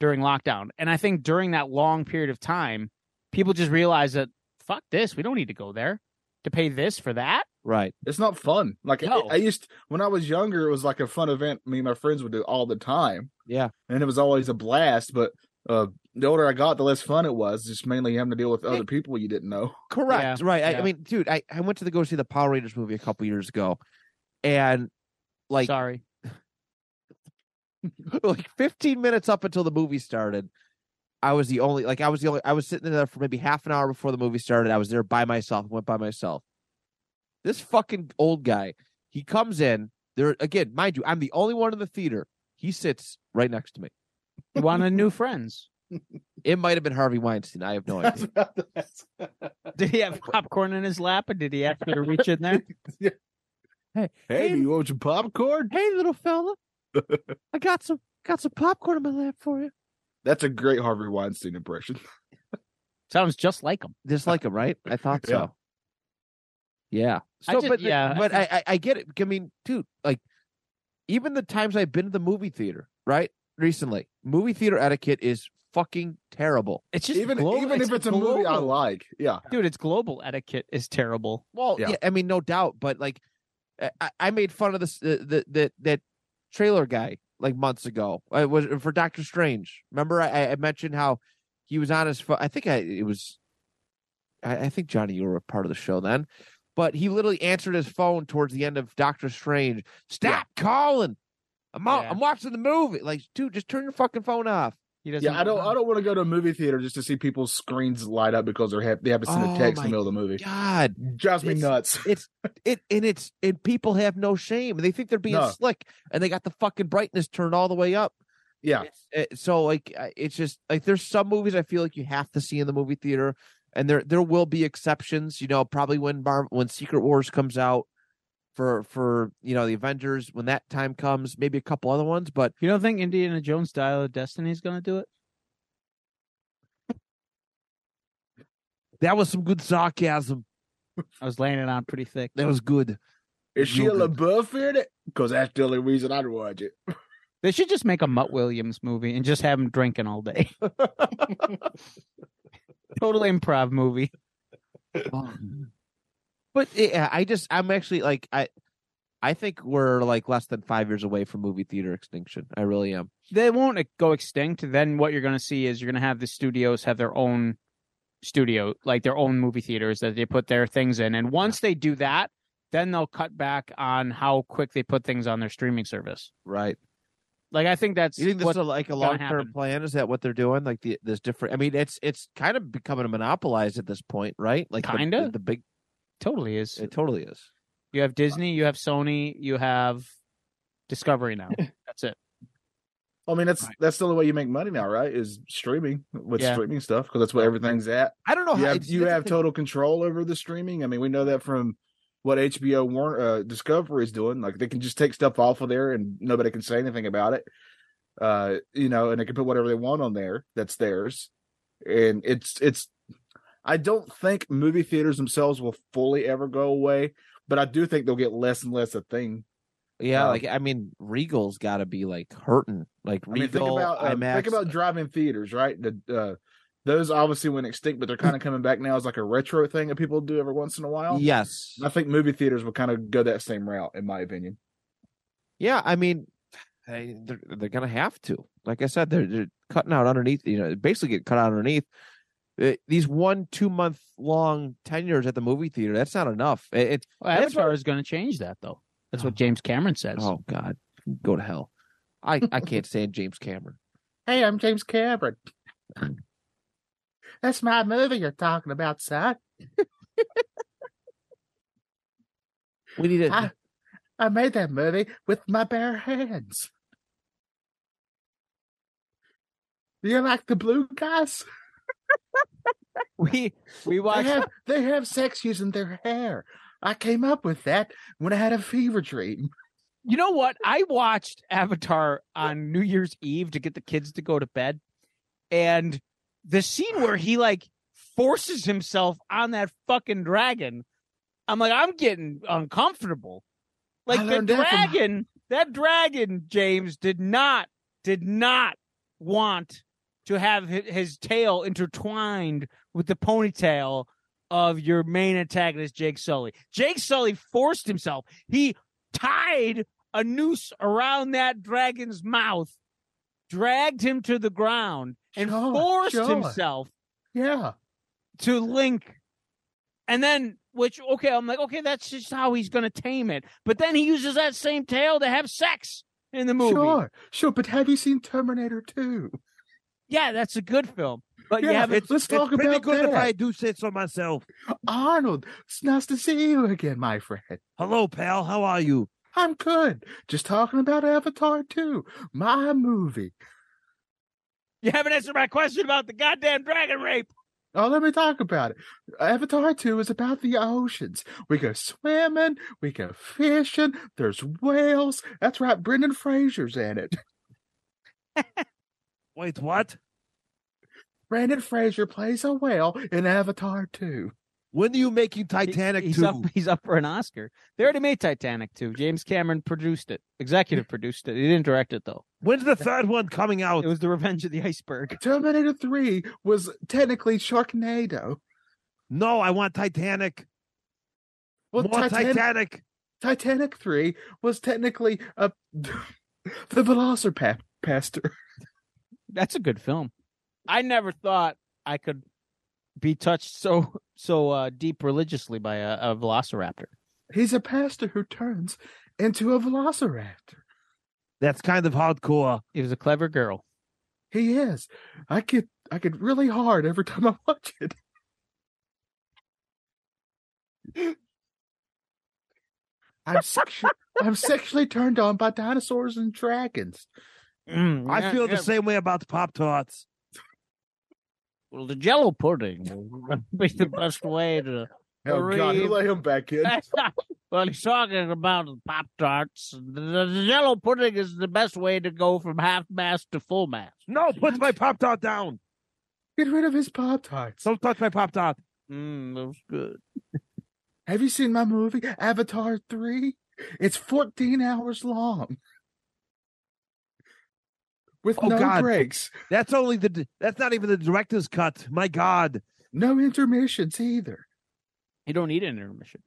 S4: during lockdown. And I think during that long period of time, people just realized that fuck this, we don't need to go there to pay this for that.
S5: Right.
S1: It's not fun. Like
S4: No.
S1: I, I used when I was younger, it was like a fun event. Me and my friends would do all the time.
S5: Yeah.
S1: and it was always a blast. But uh, the older I got, the less fun it was. Just mainly having to deal with other people you didn't know.
S5: Correct. right. I,
S4: yeah.
S5: I mean, dude, I, I went to the go see the Power Rangers movie a couple years ago and like
S4: Sorry.
S5: like 15 minutes up until the movie started i was the only like i was the only i was sitting there for maybe half an hour before the movie started i was there by myself went by myself this fucking old guy he comes in there again mind you i'm the only one in the theater he sits right next to me
S4: You wanted new friends.
S5: it might have been harvey weinstein i have no idea
S4: Did he have popcorn in his lap or did he have to reach in there?
S1: hey, do you want some popcorn?
S5: hey little fella i got some got some popcorn in my lap for you
S1: That's a great Harvey Weinstein impression.
S4: Sounds just like him.
S5: just like him right i thought
S1: Yeah.
S5: so yeah
S4: I
S5: so
S4: ju-
S5: but the-
S4: yeah, I
S5: but I, I I get it. I mean, dude, like even the times I've been to the movie theater, right? Recently, movie theater etiquette is fucking terrible.
S4: It's just
S1: Even
S4: global-
S1: even if it's a movie I
S4: global.
S1: like, yeah.
S4: Dude, it's global etiquette is terrible.
S5: Well,
S1: Yeah.
S5: yeah, I mean, no doubt, but like, I- I, I made fun of this the the, the that trailer guy like months ago. I uh, was for Doctor Strange. Remember, I, I mentioned how he was on his phone. I think I it was I, I think Johnny, you were a part of the show then, but he literally answered his phone towards the end of Doctor Strange. Stop calling. I'm out,
S4: Yeah.
S5: I'm watching the movie. Like, dude, just turn your fucking phone off.
S4: He doesn't.
S1: Yeah, I don't. I don't want to go to a movie theater just to see people's screens light up because they're hap- they have to send
S5: Oh
S1: a text in
S5: my
S1: the middle of the movie.
S5: God,
S1: Drives me
S5: It's-
S1: nuts.
S5: it and it's and people have no shame. They think they're being
S1: No.
S5: slick, and they got the fucking brightness turned all the way up.
S1: Yeah,
S5: It's- it- so like I- it's just like there's some movies I feel like you have to see in the movie theater, and there there will be exceptions. You know, probably when Mar- when Secret Wars comes out for for you know the Avengers when that time comes, maybe a couple other ones. But
S4: You don't think Indiana Jones Dial of Destiny is going to do it?
S5: that was some good sarcasm.
S4: I was laying it on pretty thick.
S5: That was good.
S1: is
S5: You'll
S1: Sheila Buff in it? Because that's the only reason I'd watch it.
S4: They should just make a Mutt Williams movie and just have him drinking all day. Total improv movie.
S5: But yeah, I just I'm actually like I. I think we're like less than five years away from movie theater extinction. I really am.
S4: They won't e-, go extinct. Then what you're going to see is you're going to have the studios have their own studio, like their own movie theaters that they put their things in. And once they do that, then they'll cut back on how quick they put things on their streaming service.
S5: Right.
S4: Like I think that's
S5: You think this
S4: what
S5: is like a
S4: gonna
S5: long term
S4: happen.
S5: plan? Is that what they're doing? Like the this different? I mean, it's it's kind of becoming monopolized at this point, right? Like the-
S4: Kinda.
S5: the, the big.
S4: totally is.
S5: It totally is.
S4: You have Disney, you have Sony, you have Discovery now. That's it.
S1: I mean, that's that's the only way you make money now, right? Is streaming with
S4: Yeah.
S1: streaming stuff because that's what everything's at.
S5: Oh, I don't know
S1: You
S5: how
S1: have
S5: it's-
S1: you
S5: that's the
S1: have
S5: thing.
S1: total control over the streaming. I mean, we know that from what HBO Warner uh, Discovery is doing. Like they can just take stuff off of there and nobody can say anything about it. Uh, you know, and they can put whatever they want on there that's theirs. And it's it's I don't think movie theaters themselves will fully ever go away, but I do think they'll get less and less a thing.
S5: Yeah,
S1: uh,
S5: like I mean, Regal's got to be like hurting. Like
S1: I mean, think
S5: Regal,
S1: about um,
S5: IMAX. uh,
S1: think about drive-in theaters, right? The uh, those obviously went extinct, but they're kind of coming back now as like a retro thing that people do every once in a while.
S5: yes.
S1: I think movie theaters will kind of go that same route, in my opinion.
S5: Yeah, I mean, I, they're they're gonna have to. Like I said, they're they're cutting out underneath. You know, basically get cut out underneath. Uh, These one two month long tenures at the movie theater. That's not enough. It, it
S4: Well,
S5: That's
S4: Avatar is going to change that, though. That's what James Cameron says.
S5: Oh God, go to hell! I I can't stand James Cameron.
S1: Hey, I'm James Cameron. That's my movie you're talking about, son.
S5: We need to.
S1: Ah. I made that movie with my bare hands. Do you like the blue guys?
S4: We we
S1: They
S4: watched
S1: have, they have sex using their hair. I came up with that when I had a fever dream.
S4: You know what? I watched Avatar on New Year's Eve to get the kids to go to bed. And the scene where he like forces himself on that fucking dragon, I'm like, I'm getting uncomfortable. Like
S1: I
S4: the
S1: learned that from-
S4: dragon, that dragon, James, did not, did not want to have hi- his tail intertwined with the ponytail of your main antagonist, Jake Sully. Jake Sully forced himself. He tied a noose around that dragon's mouth, dragged him to the ground, and
S1: Sure,
S4: forced
S1: sure.
S4: himself
S1: Yeah.
S4: to Link. And then, which, okay, I'm like, okay, that's just how he's going to tame it. But then he uses that same tail to have sex in the movie.
S1: Sure. Sure. But have you seen Terminator 2?
S4: Yeah, that's a good film. But
S1: Yeah,
S4: yeah, but
S1: let's talk
S3: pretty
S1: about
S3: good
S1: that.
S3: if I do say so myself.
S1: Arnold, it's nice to see you again, my friend.
S3: Hello, pal. How are you?
S1: I'm good. Just talking about Avatar 2, my movie.
S4: you haven't answered my question about the goddamn dragon rape.
S1: Oh, let me talk about it. Avatar 2 is about the oceans. We go swimming, we go fishing, there's whales. That's right, Brendan Fraser's in it.
S3: Wait, what?
S1: Brendan Fraser plays a whale in Avatar 2.
S3: When are you making
S4: He-
S3: Titanic
S4: he's
S3: two?
S4: Up, he's up for an Oscar. They already made Titanic 2. James Cameron produced it, executive produced it. He didn't direct it, though.
S3: When's the third one coming out?
S4: It was The Revenge of the Iceberg.
S1: Terminator 3 was technically Sharknado.
S3: No, I want Titanic.
S1: Well,
S3: More
S1: Titan-
S3: Titanic.
S1: Titanic 3 was technically a the Velociraptor.
S4: That's a good film. I never thought I could be touched so so uh, deep religiously by a, a velociraptor.
S1: He's a pastor who turns into a velociraptor.
S5: That's kind of hardcore.
S4: It was a clever girl.
S1: He is. I get I get really hard every time I watch it. I'm sexu- I'm sexually turned on by dinosaurs and dragons.
S5: I feel
S4: the
S5: the same way about Pop Tarts.
S4: Well, the Jello pudding will be the best way to.
S1: Oh God,
S4: Three-
S1: lay him back in.
S4: well, he's talking about pop tarts. The, the Jello pudding is the best way to go from half mass to full mass.
S5: No, put my Pop Tart down.
S1: Get rid of his pop tarts.
S5: Don't touch my Pop Tart.
S4: Mm, that was good.
S1: Have you seen my movie Avatar Three? It's 14 hours long with
S5: Oh,
S1: no
S5: God.
S1: breaks,
S5: That's only the. That's not even the director's cut. My God,
S1: no intermissions either.
S4: You don't need an intermission.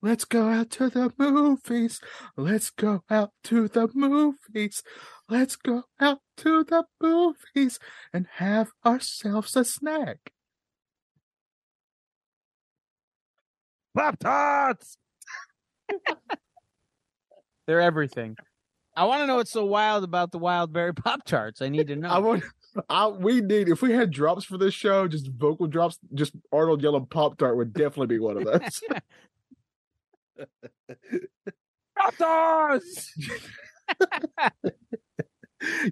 S1: Let's go out to the movies. Let's go out to the movies. Let's go out to the movies and have ourselves a snack.
S5: Pop Tarts.
S4: They're everything. I want to know what's so wild about the wild berry pop tarts. I need to know.
S1: I would. I, we need if we had drops for this show, just vocal drops. Just Arnold yelling "Pop Tart" would definitely be one of those.
S5: Pop Tarts.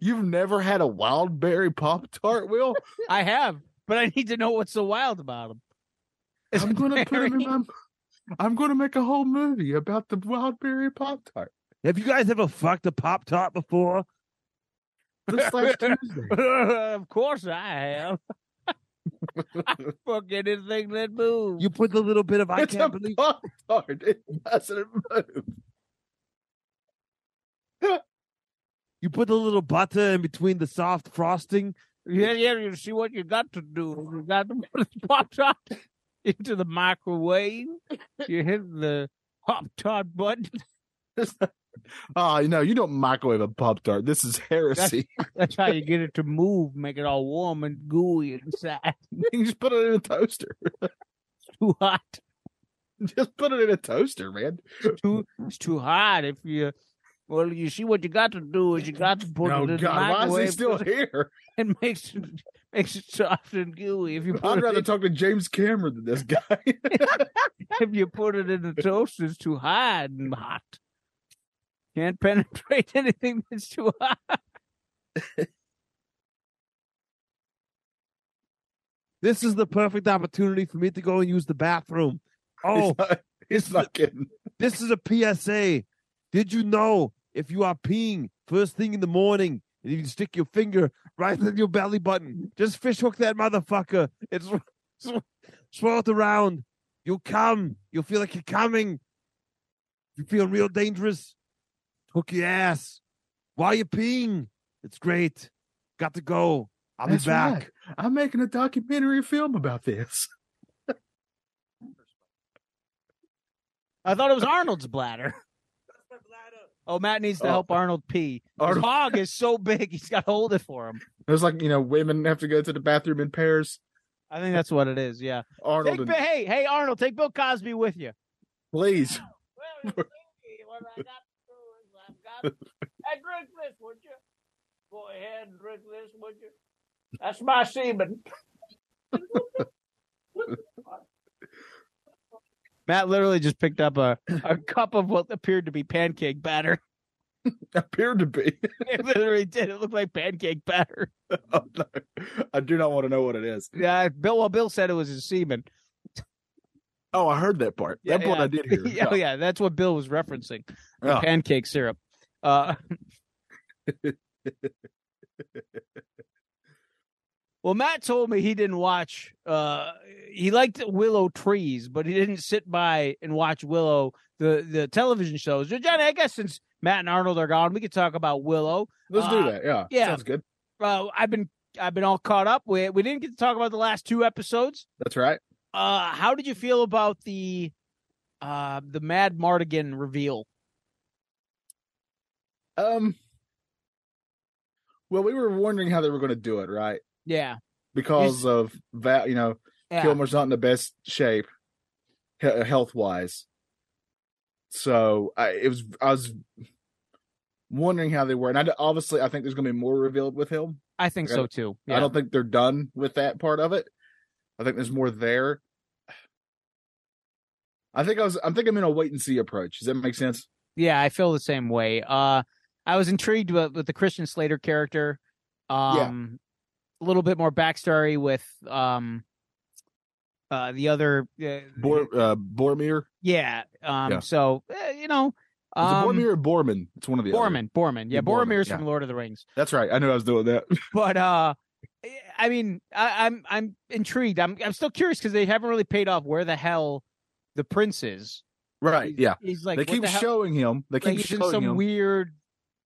S1: You've never had a wild berry Pop Tart, Will?
S4: I have, but I need to know what's so wild about them.
S1: I'm gonna put 'em in my. I'm gonna make a whole movie about the wild berry Pop Tart.
S5: Have you guys ever fucked a Pop Tart before?
S1: This last Tuesday.
S4: of course I have. I fuck anything that moves.
S5: You put the little bit of I
S1: it's a
S5: can't believe.
S1: Pop Tart. It doesn't move.
S5: You put the little butter in between the soft frosting.
S4: yeah, yeah, you see what you got to do. You got to put the pop tart into the microwave. You hit the pop tart button.
S1: Oh, you know, you don't microwave a Pop Tart. This is heresy.
S4: That's how you get it to move, make it all warm and gooey inside.
S1: you just put it in a toaster.
S4: Too hot.
S1: Just put it in a toaster, man.
S4: Too it's too hot if you well, you see what you got to do is you got to put
S1: Oh
S4: it in the
S1: God,
S4: microwave.
S1: why is he still here?
S4: and makes it makes it soft and gooey. If you put
S1: I'd
S4: it
S1: rather
S4: in,
S1: talk to James Cameron than this guy.
S4: if you put it in the toast, it's too hard and hot. Can't penetrate anything that's too hot.
S5: This is the perfect opportunity for me to go and use the bathroom. Oh,
S1: he's not, he's not kidding.
S5: This is a PSA. Did you know if you are peeing first thing in the morning and you stick your finger right in your belly button, just fishhook that motherfucker. It's swirl it around. You'll come. You'll feel like you're coming. You feel real dangerous. Hook your ass while you're peeing. It's great. Got to go. I'll
S1: That's
S5: be back.
S1: right. I'm making a documentary film about this.
S4: I thought it was Arnold's bladder. Oh, Matt needs to
S1: Oh.
S4: help Arnold pee. His
S1: Arnold-
S4: hog is so big, he's got to hold it for him.
S1: It's like you know, women have to go to the bathroom in pairs.
S4: I think that's what it is. Yeah.
S1: Arnold,
S4: Take,
S1: and,
S4: Bi- hey, hey, Arnold, take Bill Cosby with you.
S1: please.
S4: Well, you see, what I got to do is I've got Hey, drink this, would you? Go ahead and drink this, would you? That's my semen. Matt literally just picked up a, a cup of what appeared to be pancake batter.
S1: Appeared to be.
S4: It literally did. It looked like pancake batter.
S1: Oh, no. I do not want to know what it is.
S4: Yeah, Bill. Well, Bill said it was his semen.
S1: Oh, I heard that part.
S4: Yeah,
S1: that part
S4: yeah.
S1: I did hear.
S4: Yeah, oh, yeah, that's what Bill was referencing. The
S1: Oh.
S4: pancake syrup. Uh, well, Matt told me he didn't watch. Uh, he liked Willow Trees, but he didn't sit by and watch Willow the the television shows. Johnny, I guess since Matt and Arnold are gone, we could talk about Willow.
S1: Let's
S4: Uh,
S1: do that. Yeah.
S4: yeah.
S1: Sounds good.
S4: Uh, I've been I've been all caught up. We we didn't get to talk about the last two episodes.
S1: That's right.
S4: Uh, how did you feel about the uh the Mad Mardigan reveal?
S1: Um. Well, we were wondering how they were going to do it, right?
S4: Yeah,
S1: Because of that, you know,
S4: Yeah.
S1: Kilmer's not in the best shape health wise. So I it was I was wondering how they were, and I d- obviously I think there's going to be more revealed with him.
S4: I think
S1: I
S4: so too. Yeah.
S1: I don't think they're done with that part of it. I think there's more there. I think I was I'm thinking I'm in a wait and see approach. Does that make sense?
S4: yeah, I feel the same way. Uh, I was intrigued with, with the Christian Slater character. Um, a little bit more backstory with um, uh, the other. Uh,
S1: Bor, uh, Boromir.
S4: yeah. Um.
S1: Yeah.
S4: So eh, you know.
S1: Is it
S4: Um,
S1: Boromir or Borman? It's one of the other.
S4: Borman, Borman, yeah,
S1: Yeah, Borman,
S4: Boromir's
S1: yeah.
S4: from Lord of the Rings.
S1: That's right. I knew I was doing that.
S4: but uh i mean I, i'm i'm intrigued i'm i'm still curious because they haven't really paid off where the hell the prince is
S1: right.
S4: He's-
S1: Yeah.
S4: he's like
S1: they
S4: what
S1: keep
S4: the hell?
S1: showing him. They
S4: like
S1: keep
S4: he's in
S1: showing
S4: some
S1: him.
S4: weird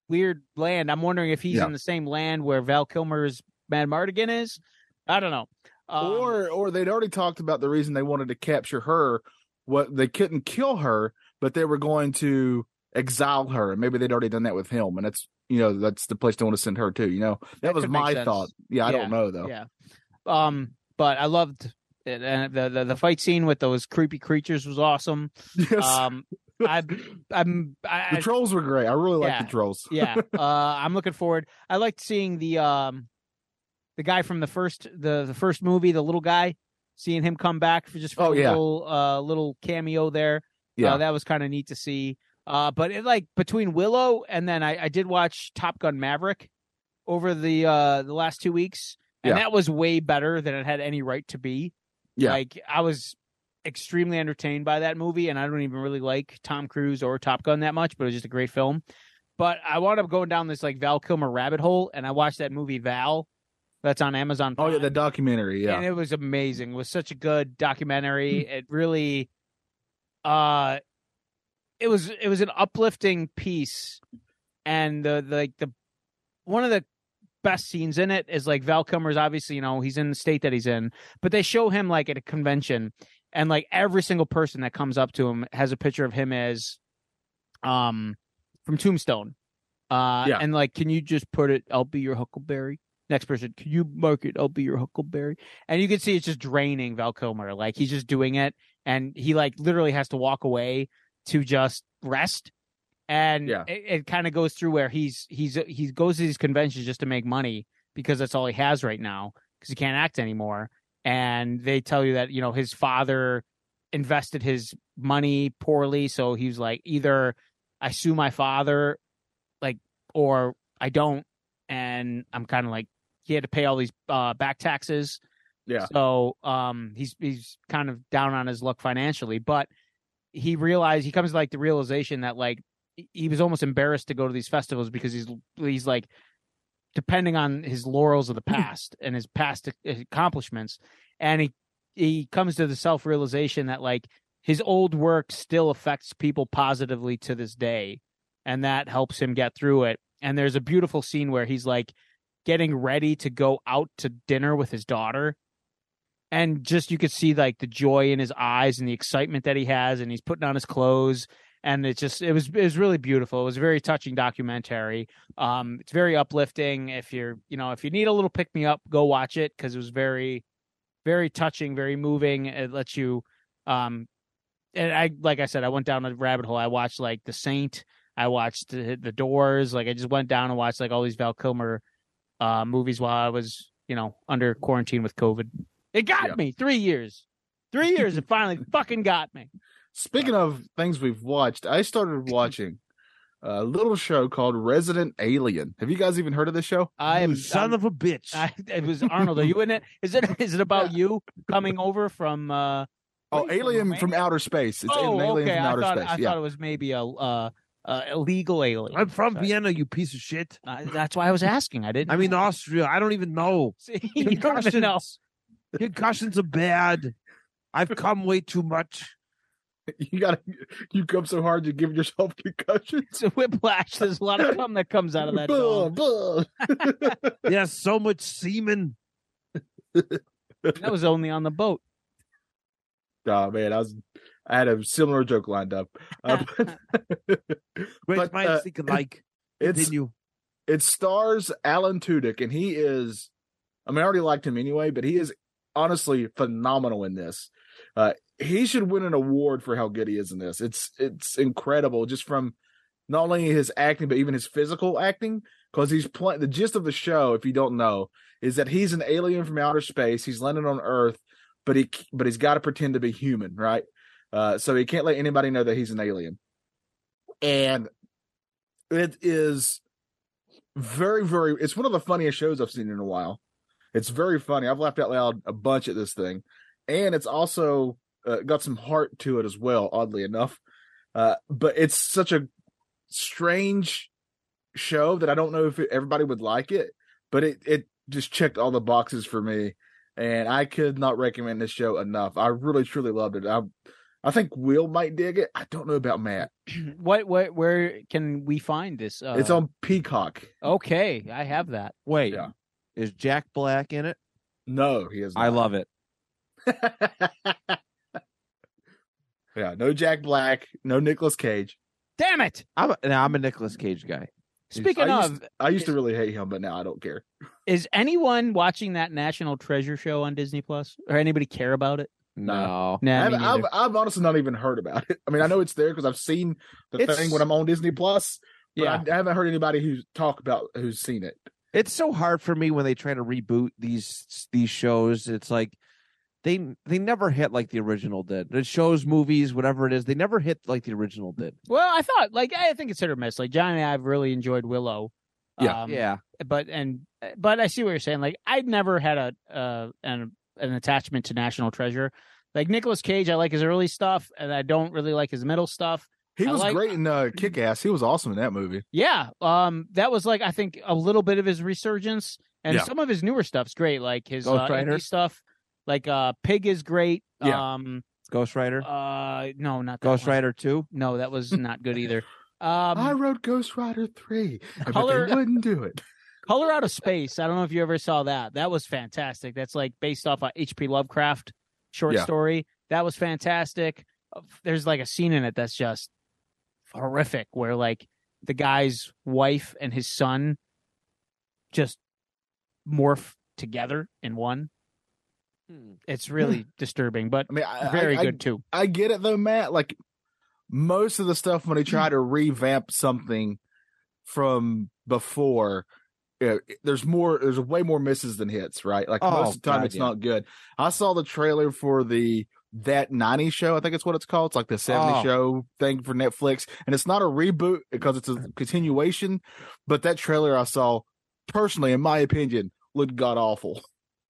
S4: weird land i'm wondering if he's
S1: Yeah.
S4: in the same land where val kilmer's mad mardigan is i don't know Um,
S1: or or they'd already talked about the reason they wanted to capture her. What they couldn't kill her, but they were going to exile her, and maybe they'd already done that with him. And that's you know that's the place they want to send her to. You know that, was
S4: could make
S1: my
S4: sense.
S1: thought. Yeah, I
S4: Yeah,
S1: don't know though.
S4: yeah um but i loved it and the, the the fight scene with those creepy creatures was awesome
S1: Yes,
S4: um i i'm I,
S1: the
S4: I
S1: trolls were great. I really like
S4: yeah.
S1: the trolls.
S4: yeah uh i'm looking forward i liked seeing the um the guy from the first the the first movie the little guy seeing him come back for just for
S1: Oh,
S4: a
S1: yeah.
S4: little uh little cameo there
S1: Yeah.
S4: Uh, that was kind of neat to see uh but it like between willow and then i i did watch top gun maverick over the uh the last two weeks and
S1: Yeah.
S4: that was way better than it had any right to be
S1: Yeah.
S4: like i was extremely entertained by that movie and i don't even really like tom cruise or top gun that much but it was just a great film but I wound up going down this like Val Kilmer rabbit hole, and I watched that movie Val, that's on Amazon.
S1: Oh yeah,
S4: Prime,
S1: the documentary. Yeah, Mm-hmm.
S4: and it was amazing. It was such a good documentary. it really, uh, it was it was an uplifting piece, and the, the like the one of the best scenes in it is like Val Kilmer's obviously you know he's in the state that he's in, but they show him like at a convention, and like every single person that comes up to him has a picture of him as, um, from Tombstone. Uh,
S1: Yeah.
S4: and like, can you just put it? I'll be your Huckleberry. Next person, can you mark it? I'll be your Huckleberry. And you can see it's just draining Val Kilmer. Like he's just doing it, and he like literally has to walk away to just rest. And
S1: Yeah.
S4: it, it kind of goes through where he's he's he goes to these conventions just to make money because that's all he has right now because he can't act anymore. And they tell you that you know his father invested his money poorly, so he was like either I sue my father, like or I don't, and I'm kind of like he had to pay all these uh, back taxes.
S1: yeah,
S4: So um, he's he's kind of down on his luck financially, but he realized he comes to, like the realization that like he- he was almost embarrassed to go to these festivals because he's he's like depending on his laurels of the past and his past ac- accomplishments, and he he comes to the self realization that like his old work still affects people positively to this day, and that helps him get through it. And there's a beautiful scene where he's like getting ready to go out to dinner with his daughter and just you could see like the joy in his eyes and the excitement that he has and he's putting on his clothes and it's just it was it was really beautiful it was a very touching documentary um it's very uplifting if you're you know if you need a little pick me up go watch it because it was very very touching very moving it lets you um and i like i said i went down a rabbit hole i watched like the saint i watched the, the doors like i just went down and watched like all these val kilmer uh movies while i was you know under quarantine with covid it got
S1: Yeah.
S4: me three years. Three years, it finally fucking got me.
S1: Speaking of things we've watched, I started watching a little show called Resident Alien. Have you guys even heard of this show?
S4: I
S3: you
S4: am
S3: son of a bitch.
S4: I, it was Arnold. Are you in it? Is it is it about you coming over from? uh
S1: Oh,
S4: Wait, from
S1: Alien from
S4: Romania?
S1: outer space. It's
S4: Oh,
S1: an Alien
S4: okay.
S1: from
S4: I
S1: outer
S4: thought
S1: space.
S4: I
S1: yeah.
S4: thought it was maybe a uh, uh illegal alien.
S3: I'm from
S4: Sorry.
S3: Vienna, you piece of shit.
S4: Uh, that's why I was asking. I didn't.
S3: I mean Austria. I don't even know.
S4: See, you don't even know.
S3: Concussions are bad. I've come way too much.
S1: you gotta you come so hard you give yourself concussions.
S4: It's a whiplash. There's a lot of cum that comes out of that.
S1: Buh,
S4: dog.
S1: buh.
S3: There's so much semen.
S4: That was only on the boat.
S1: Oh man, I was I had a similar joke lined up. Uh, but-
S3: Great
S1: But,
S3: minds
S1: uh,
S3: think alike.
S1: it's
S3: Continue.
S1: it stars Alan Tudyk, and he is I mean I already liked him anyway, but he is honestly phenomenal in this. Uh, he should win an award for how good he is in this. It's it's incredible just from not only his acting but even his physical acting because he's playing the gist of the show. If you don't know, is that he's an alien from outer space. He's landed on Earth, but he but he's got to pretend to be human, right? Uh, so he can't let anybody know that he's an alien, and it is very very. It's one of the funniest shows I've seen in a while. It's very funny. I've laughed out loud a bunch at this thing, and it's also uh, got some heart to it as well. Oddly enough, uh, but it's such a strange show that I don't know if it, everybody would like it, but it it just checked all the boxes for me, and I could not recommend this show enough. I really truly loved it. I I think Will might dig it. I don't know about Matt.
S4: What what where can we find this? Uh,
S1: it's on Peacock.
S4: Okay, I have that.
S5: Wait,
S1: Yeah.
S5: is Jack Black in it?
S1: No, he is.
S3: I love it.
S1: it. yeah, no Jack Black, no Nicolas Cage.
S4: Damn it!
S5: I'm a, now I'm a Nicolas Cage guy.
S4: Speaking
S1: I
S4: of,
S1: used, I used to really hate him, but now I don't care.
S4: is anyone watching that National Treasure show on Disney Plus, or anybody care about it?
S5: No,
S4: Nah,
S1: I've,
S4: me neither.
S1: I've, I've honestly not even heard about it. I mean, I know it's there because I've seen the
S5: It's-
S1: thing when I'm on Disney Plus. But
S4: yeah,
S1: I, I haven't heard anybody who's talk about who's seen it.
S5: it's so hard for me when they try to reboot these these shows. It's like they they never hit like the original did. The shows, movies, whatever it is, they never hit like the original did.
S4: Well, I thought like I think it's hit or miss. Like John and I've really enjoyed Willow.
S1: Yeah.
S4: Um,
S5: yeah,
S4: But and but I see what you're saying. Like I've never had a uh an an attachment to National Treasure. Like Nicolas Cage, I like his early stuff, and I don't really like his middle stuff.
S1: He
S4: I
S1: was
S4: like-
S1: great in uh, Kick Ass. He was awesome in that movie.
S4: Yeah, um, that was like I think a little bit of his resurgence, and
S1: Yeah.
S4: some of his newer stuff's great. Like his
S5: Ghost
S4: uh,
S5: Rider?
S4: indie stuff, like uh, Pig is great.
S1: Yeah.
S4: Um,
S5: Ghost Rider,
S4: uh, no, not that
S5: Ghost
S4: one.
S5: Rider Two.
S4: No, that was not good either.
S1: I
S4: Um,
S1: wrote Ghost Rider three, but
S4: Color-
S1: they wouldn't do it.
S4: Color Out of Space. I don't know if you ever saw that. That was fantastic. That's like based off a H.P. Lovecraft short
S1: Yeah.
S4: story. That was fantastic. Uh, There's like a scene in it that's just horrific where like the guy's wife and his son just morph together in one.
S5: Hmm.
S4: It's really disturbing, but
S1: I mean, I,
S4: very
S1: I,
S4: good too.
S1: I, I get it though, Matt. Like most of the stuff when they try to revamp something from before, uh, there's more. There's way more misses than hits, right? Like
S5: Oh,
S1: most of the time,
S5: God,
S1: it's
S5: yeah.
S1: not good. I saw the trailer for the that 90 show i think it's what it's called it's like the 70
S5: Oh.
S1: show thing for netflix and it's not a reboot because it's a continuation but that trailer i saw personally in my opinion looked god awful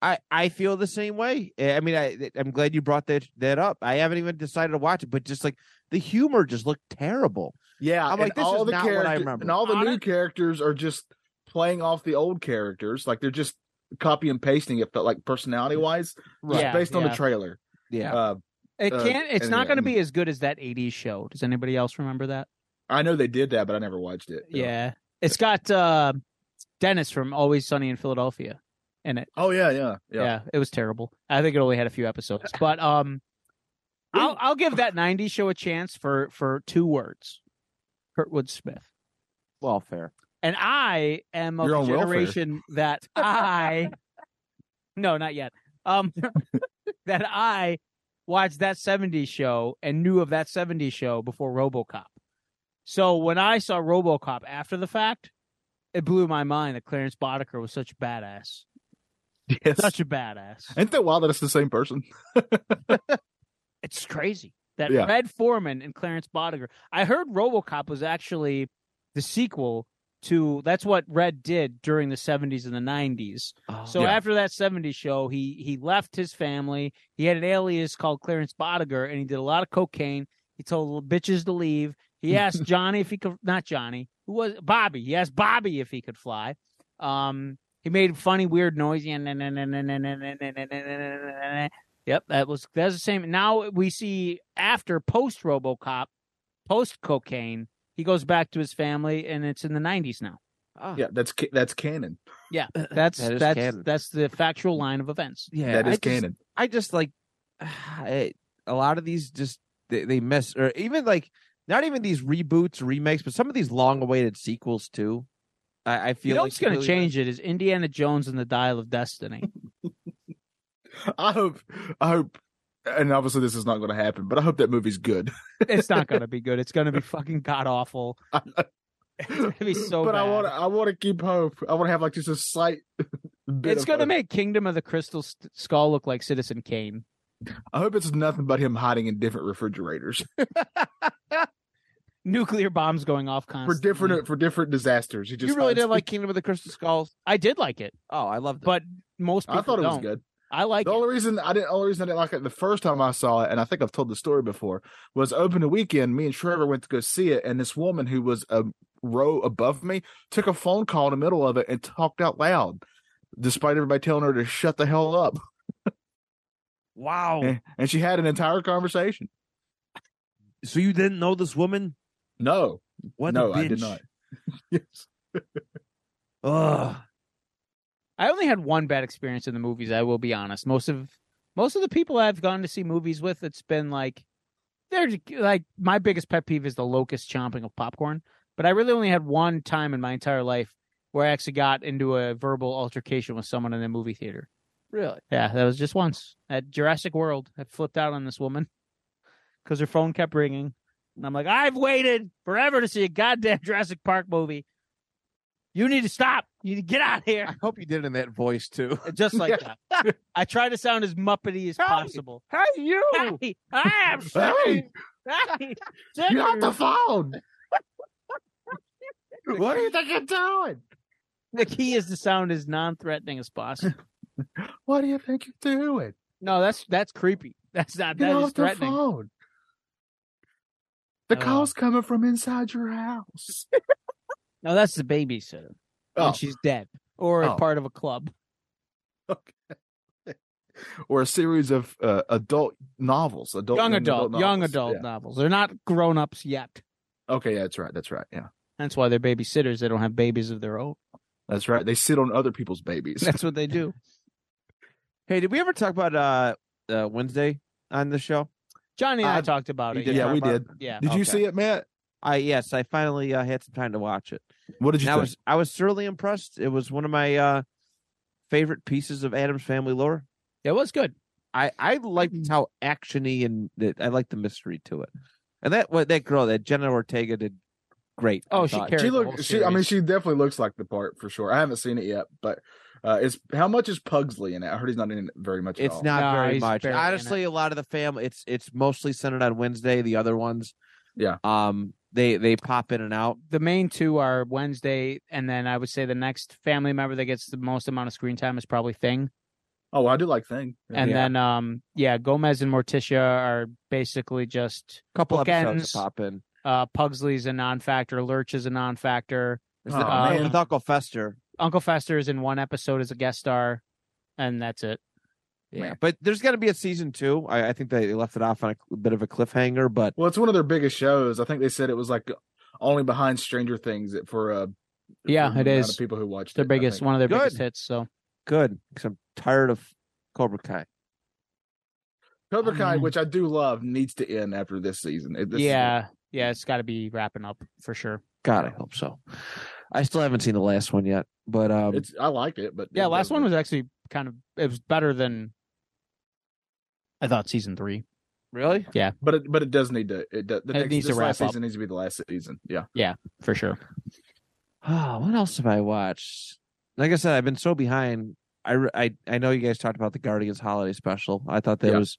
S5: I I feel the same way. Eh, I mean, I I'm glad you brought that that up. I haven't even decided to watch it, but just like the humor just looked terrible.
S1: Yeah,
S5: I'm
S1: and
S5: like, this
S1: all
S5: is
S1: the
S5: not what I
S1: character-
S5: remember.
S1: And all the new
S4: Honest-
S1: characters are just playing off the old characters, like they're just copy and pasting it, but like personality wise,
S4: Right. Yeah,
S1: based on
S4: yeah.
S1: the trailer.
S5: Yeah.
S1: Uh,
S4: It
S1: uh,
S4: can't it's not
S1: anyway.
S4: gonna be as good as that 80s show. Does anybody else remember that?
S1: I know they did that, but I never watched it.
S4: Yeah. It's got uh, Dennis from Always Sunny in Philadelphia in it.
S1: Oh yeah, yeah,
S4: Yeah.
S1: yeah.
S4: it was terrible. I think it only had a few episodes, but um, I'll I'll give that '90s show a chance for for two words, Kurtwood Smith.
S5: Well, fair.
S4: And I am of
S1: You're
S4: the
S1: on welfare.
S4: generation that I, no, not yet. Um, that I watched that '70s show and knew of that '70s show before RoboCop. So when I saw RoboCop after the fact, it blew my mind that Clarence Boddicker was such a badass,
S1: Yes.
S4: such a badass.
S1: Ain't that wild that it's the same person?
S4: It's crazy that
S1: Yeah.
S4: Red Foreman and Clarence Bodiger. I heard RoboCop was actually the sequel to that's what Red did during the 70s and the 90s. So
S1: Yeah.
S4: after that 70s show, he he left his family. He had an alias called Clarence Bodiger and he did a lot of cocaine. He told bitches to leave. He asked Johnny if he could not Johnny, who was Bobby. He asked Bobby if he could fly. Um he made funny weird noise. Yep, that was that's the same. Now we see after post RoboCop, post cocaine, he goes back to his family, and it's in the '90s now.
S5: Ah,
S1: Yeah, that's ca- that's canon.
S4: That's
S5: That is
S4: that's
S5: canon.
S4: that's the factual line of events.
S5: yeah.
S1: that
S5: I
S1: is
S5: just-
S1: canon.
S5: I just like I, a lot of these just they, they miss or even like not even these reboots remakes, but some of these long-awaited sequels too. I, I feel
S4: You know
S5: like
S4: what's going to
S5: really-
S4: change it is Indiana Jones and the Dial of Destiny.
S1: I hope, I hope, and obviously this is not going to happen, but I hope that movie's good.
S4: It's not gonna be good. It's gonna be fucking god awful. It's gonna be so
S1: but I
S4: bad.
S1: want, to I want to keep hope. I want to have like just a slight. bit
S4: It's
S1: of
S4: gonna
S1: hope.
S4: make Kingdom of the Crystal S- Skull look like Citizen Kane.
S1: I hope it's nothing but him hiding in different refrigerators
S4: Nuclear bombs going off
S1: for
S4: constantly.
S1: different uh, for different disasters. He just
S5: you really
S1: hides-
S5: didn't like Kingdom of the Crystal Skulls?
S4: I did like it.
S5: Oh, I loved it.
S4: But- Most people
S1: I thought it was
S4: don't.
S1: good.
S4: I like
S1: The
S4: it.
S1: only reason I didn't, only reason I didn't like it the first time I saw it, and I think I've told the story before, was open the weekend. Me and Trevor went to go see it, and this woman who was a row above me took a phone call in the middle of it and talked out loud, despite everybody telling her to shut the hell up.
S3: Wow.
S5: Oh. Eh,
S1: And, and she had an entire conversation.
S3: So you didn't know this woman?
S1: No,
S3: What
S1: no,
S3: a bitch.
S1: I did not. yes.
S3: Ugh.
S4: I only had one bad experience in the movies. I will be honest. Most of most of the people I've gone to see movies with, it's been like they're like my biggest pet peeve is the locust chomping of popcorn. But I really only had one time in my entire life where I actually got into a verbal altercation with someone in a movie theater.
S5: really?
S4: Yeah, that was just once at Jurassic World. I flipped out on this woman because her phone kept ringing, and I'm like, I've waited forever to see a goddamn Jurassic Park movie. You need to stop. You need to get out of here
S5: I hope you did it in that voice too.
S4: just like that. I try to sound as muppety as possible.
S5: Hey, you!
S4: Hey, I am
S1: Hey,
S4: sorry. Hey,
S1: you got the phone. what do you think you're doing?
S4: the key is to sound as non-threatening as possible.
S1: What do you think you're doing?
S4: No, that's that's creepy. That's not
S1: Get
S4: that
S1: off
S4: is
S1: the
S4: threatening.
S1: phone. The
S4: Oh.
S1: call's coming from inside your house.
S4: No, that's the babysitter.
S1: Oh.
S4: And she's dead or a
S1: Oh.
S4: part of a club.
S1: or a series of uh, adult novels, adult
S4: young
S1: young
S4: adult, young
S1: novels.
S4: adult
S1: Yeah.
S4: novels. They're not grown-ups yet.
S1: Okay, yeah, that's right. That's right. Yeah,
S4: That's why they're babysitters. They don't have babies of their own.
S1: that's right. They sit on other people's babies.
S4: That's what they do.
S5: Hey, did we ever talk about uh, uh Wednesday on the show?
S4: Johnny and I
S1: Uh,
S4: talked about
S5: you
S4: it.
S5: did
S1: yeah,
S5: talk
S1: we
S5: about
S1: did.
S5: it?
S4: Yeah.
S1: Did you
S5: Okay.
S1: see it, Matt?
S5: I yes, I finally uh, had some time to watch it.
S1: What did you
S5: And I
S1: think?
S5: was I was thoroughly impressed. It was one of my uh favorite pieces of Adam's family lore.
S4: It was good.
S5: I I
S4: Mm-hmm.
S5: liked how actiony and the, I liked the mystery to it. And that what that girl, that Jenna Ortega, did great. I
S4: Oh, she
S5: thought.
S4: carried
S1: she
S4: the
S1: look.
S4: whole
S1: She. I mean,
S4: series.
S1: she definitely looks like the part for sure. I haven't seen it yet, but uh, it's how much is Pugsley in it? I heard he's not in it very much. at
S5: It's
S1: all.
S5: not
S4: No,
S5: very
S4: he's
S5: much.
S4: barely in it.
S5: Honestly, a lot of the family. It's it's mostly centered on Wednesday. The other ones,
S1: Yeah.
S5: um, they they pop in and out.
S4: the main two are Wednesday, and then I would say the next family member that gets the most amount of screen time is probably Thing.
S1: Oh, well, I do like Thing.
S4: And then, um, yeah, Gomez and Morticia are basically just
S5: Couple
S4: Bookends.
S5: episodes that pop in.
S4: uh, Pugsley's a non-factor, Lurch is a non-factor,
S5: It's
S1: Oh,
S5: the, uh,
S4: man.
S5: with Uncle Fester.
S4: Uncle Fester is in one episode as a guest star, and that's it.
S5: Yeah, but there's going to be a season two. I, I think they left it off on a cl- bit of a cliffhanger, but
S1: Well, it's one of their biggest shows. I think they said it was like only behind Stranger Things that for uh
S4: Yeah,
S1: for
S4: it
S1: the amount
S4: is.
S1: of people who watched
S4: Their
S1: it, I
S4: biggest,
S1: think.
S4: one of their
S5: Good.
S4: biggest hits. So
S5: good because I'm tired of Cobra Kai.
S1: Cobra
S4: Oh,
S1: Kai,
S4: man.
S1: which I do love, needs to end after this season. It- this is-
S4: yeah, yeah, it's got to be wrapping up for sure.
S5: God, I hope so. I still haven't seen the last one yet, but um,
S1: it's I liked it, but
S4: Yeah,
S1: it
S4: last one
S1: doesn't-
S4: was actually kind of it was better than I thought season three.
S5: really
S1: but it but it does need to. It does. The
S4: It
S1: next,
S4: needs to
S1: this last
S4: wrap up.
S1: season needs to be the last season. Yeah,
S4: for sure.
S5: Oh, what else have I watched? Like I said, I've been so behind. I, re- I, I know you guys talked about the Guardians holiday special. I thought that
S1: Yeah.
S5: was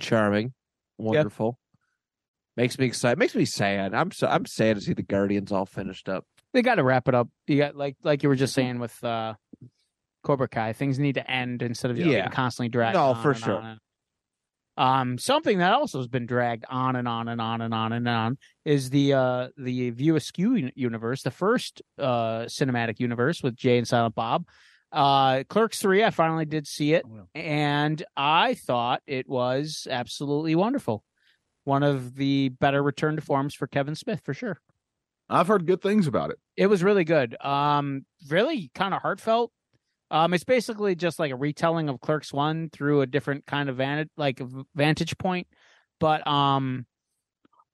S5: charming, wonderful. Makes me excited. Makes me sad. I'm so I'm sad to see the Guardians all finished up.
S4: They got to wrap it up. You got like like you were
S5: Mm-hmm.
S4: just saying with uh Cobra Kai, things need to end instead of you know,
S5: Yeah.
S4: being constantly dragged.
S5: No,
S4: on
S5: for
S4: and
S5: sure.
S4: on and- Um, something that also has been dragged on and on and on and on and on is the uh the View Askew uni- universe, the first uh cinematic universe with Jay and Silent Bob. Uh, Clerks Three, I finally did see it,
S5: Oh,
S4: and I thought it was absolutely wonderful. One of the better return to forms for Kevin Smith, for sure
S1: I've heard good things about it.
S4: it was really good um really kind of heartfelt um it's basically just like a retelling of clerks one through a different kind of vantage like v- vantage point but um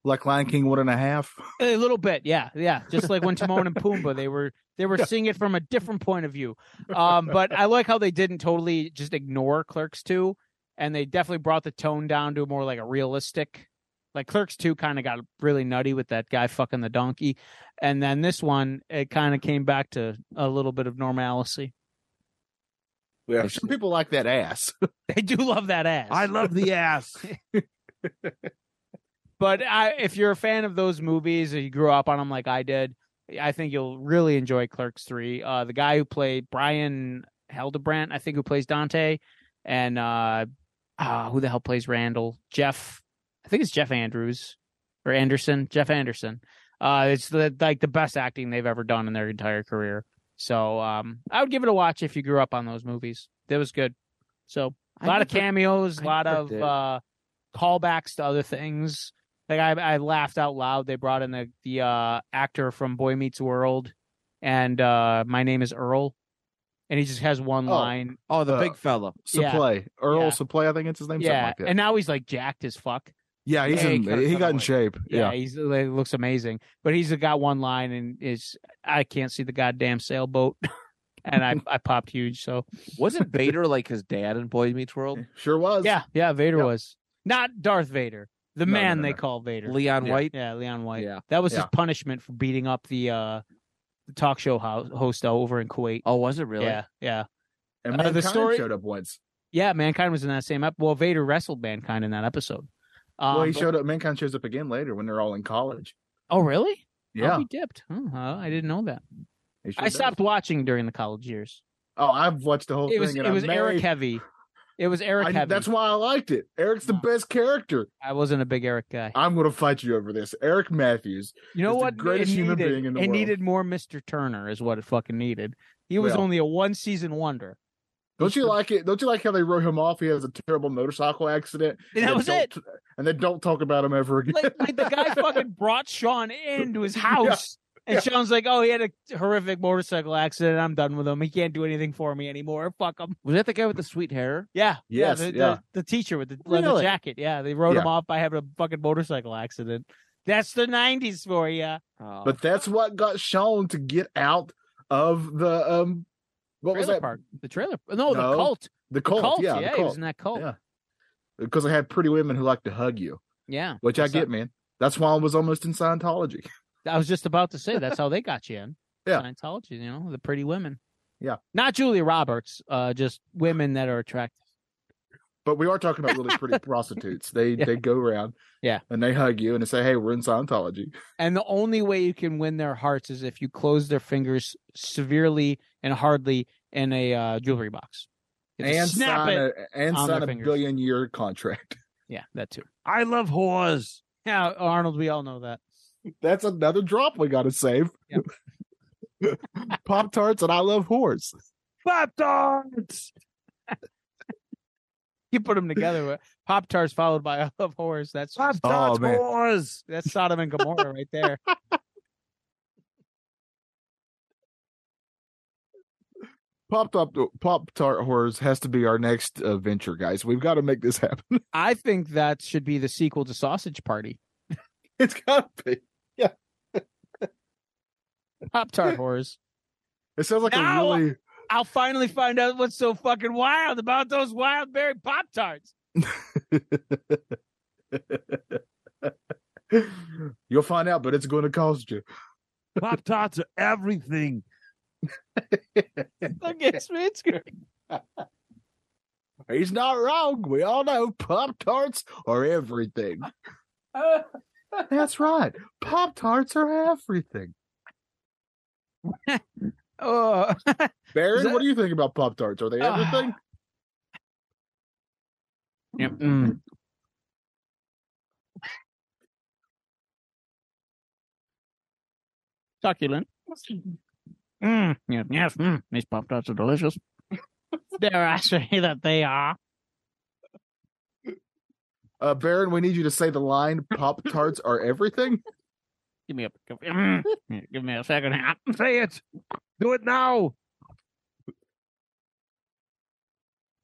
S1: like Lion King one and a half.
S4: A little bit, yeah, yeah. Just like when Timon and Pumbaa, they were they were seeing it from a different point of view. Um, but I like how they didn't totally just ignore Clerks two, and they definitely brought the tone down to more like a realistic. Like Clerks two kind of got really nutty with that guy fucking the donkey, and then this one it kind of came back to a little bit of normalcy.
S1: Yeah, some people like that ass.
S4: They do love that ass.
S3: I love the ass.
S4: But I, if you're a fan of those movies or you grew up on them like I did, I think you'll really enjoy Clerks 3. Uh, the guy who played Brian Hildebrandt, I think, who plays Dante, and uh, uh, who the hell plays Randall? Jeff, I think it's Jeff Andrews or Anderson. Jeff Anderson. Uh, it's the, like the best acting they've ever done in their entire career. So um, I would give it a watch if you grew up on those movies. It was good. So a lot of cameos, a
S5: I
S4: lot
S5: never
S4: of
S5: did.
S4: uh, callbacks to other things. Like I, I laughed out loud. They brought in the the uh, actor from Boy Meets World, and uh, my name is Earl, and he just has one
S1: Oh.
S4: line.
S5: Oh, the
S1: Uh,
S5: big fella.
S4: Yeah.
S1: Supply Earl
S4: Yeah.
S1: Supply, I think it's his name.
S4: yeah,
S1: something like that.
S4: and now he's like jacked as fuck.
S1: yeah, he's
S4: Yeah, he
S1: in.
S4: kinda-
S1: He
S4: kinda
S1: got in
S4: like-
S1: shape.
S4: Yeah,
S1: Yeah,
S4: he's he looks amazing, but he's got one line, and is I can't see the goddamn sailboat, and I I popped huge. So
S5: Wasn't Vader like his dad in Boy Meets World?
S1: sure was.
S4: yeah, yeah, Vader
S1: Yep.
S4: was not Darth Vader, the
S1: No, no,
S4: man
S1: no,
S4: they
S1: no.
S4: call Vader.
S5: Leon
S1: Yeah.
S5: White.
S4: Yeah, Leon White.
S5: Yeah.
S4: That was his
S1: Yeah.
S4: punishment for beating up the uh the talk show ho- host over in Kuwait.
S5: Oh, was it really?
S4: Yeah, yeah.
S1: and
S4: Uh, the
S1: Mankind
S4: story-
S1: showed up once.
S4: Yeah, Mankind was in that same ep- well, Vader wrestled Mankind in that episode. Um,
S1: well, he
S4: but-
S1: showed up. Mankind shows up again later when they're all in college.
S4: Oh, really?
S1: Yeah,
S4: Oh, he dipped. Oh, uh, I didn't know that.
S1: he sure
S4: I
S1: does.
S4: stopped watching during the college years.
S1: Oh, I've watched the whole
S4: It was
S1: thing.
S4: it
S1: and
S4: was
S1: I'm
S4: Eric
S1: married.
S4: heavy. It was Eric
S1: I-
S4: heavy.
S1: That's why I liked it. Eric's the
S4: No.
S1: best character.
S4: I wasn't a big Eric guy.
S1: I'm going to fight you over this. Eric Matthews.
S4: You know
S1: He's the
S4: what?
S1: greatest
S4: it
S1: human
S4: needed,
S1: being in the
S4: it
S1: world.
S4: needed more Mr. Turner is what it fucking needed. He was
S1: Well.
S4: only a one season wonder.
S1: Don't you like it? Don't you like how they wrote him off? He has a terrible motorcycle accident.
S4: And that
S1: they
S4: was
S1: don't-
S4: it.
S1: And they don't talk about him ever again.
S4: like, like the guy fucking brought Sean into his house, and
S1: yeah.
S4: Sean's like, "Oh, he had a horrific motorcycle accident. I'm done with him. He can't do anything for me anymore. Fuck him."
S5: Was that the guy with the sweet hair?
S4: Yeah,
S1: Yes,
S4: yeah, the,
S1: yeah.
S4: The, the teacher with the leather
S1: Really?
S4: jacket. Yeah, they wrote him
S1: Yeah.
S4: off by having a fucking motorcycle accident. That's the '90s for you.
S5: Oh.
S1: but that's what got Sean to get out of the um. What was that?
S4: Park. The trailer. No, the
S1: No.
S4: cult.
S1: The
S4: The
S1: cult. Yeah, the
S4: he was
S1: cult.
S4: in that cult.
S1: Yeah. Because I had pretty women who like to hug you,
S4: Yeah.
S1: which
S4: That's
S1: I get, man. That's why I was almost in Scientology.
S4: I was just about to say that's how they got you in.
S1: Yeah.
S4: Scientology, you know, the pretty women.
S1: Yeah.
S4: Not Julia Roberts, uh, just women that are attractive.
S1: But we are talking about really pretty prostitutes. They
S4: Yeah.
S1: they go around,
S4: Yeah.
S1: and they hug you and they say, "Hey, we're in Scientology."
S4: And the only way you can win their hearts is if you close their fingers severely and hardly in a uh, jewelry box. You have to
S1: and
S4: snap
S1: sign
S4: it.
S1: a, and
S4: on
S1: sign
S4: their
S1: a
S4: fingers.
S1: billion year contract.
S4: Yeah, that too.
S3: I love whores.
S4: Yeah, Arnold, we all know that.
S1: That's another drop we got to save.
S4: Yep.
S1: Pop tarts and I love whores.
S3: Pop tarts.
S4: You put them together with Pop Tarts followed by I Love Horrors. That's
S3: Pop
S1: Oh,
S3: tarts.
S1: man.
S3: whores.
S4: that's Sodom and Gomorrah right there.
S1: Pop top pop tart whores has to be our next uh, venture, guys. We've got to make this happen.
S4: I think that should be the sequel to Sausage Party.
S1: it's got to be.
S4: Pop Tart Horrors.
S1: It sounds like
S4: Now-
S1: a really
S4: I'll finally find out what's so fucking wild about those wild berry Pop Tarts.
S1: You'll find out, but it's going to cost you.
S3: Pop tarts are everything.
S4: Look, it's, it's great.
S1: He's not wrong. We all know Pop Tarts are everything. That's right. Pop Tarts are everything.
S4: Oh.
S1: Baron,
S4: Is that-
S1: what do you think about Pop Tarts? Are they
S4: Ah.
S1: everything?
S4: Yep. mm. Succulent. Mm. Yes, yes. Mm. These Pop Tarts are delicious. Dare I say that they are?
S1: Uh, Baron, we need you to say the line Pop Tarts are everything.
S4: Give me a mm. Yeah, give me a second. Ah.
S3: Say it. Do it now.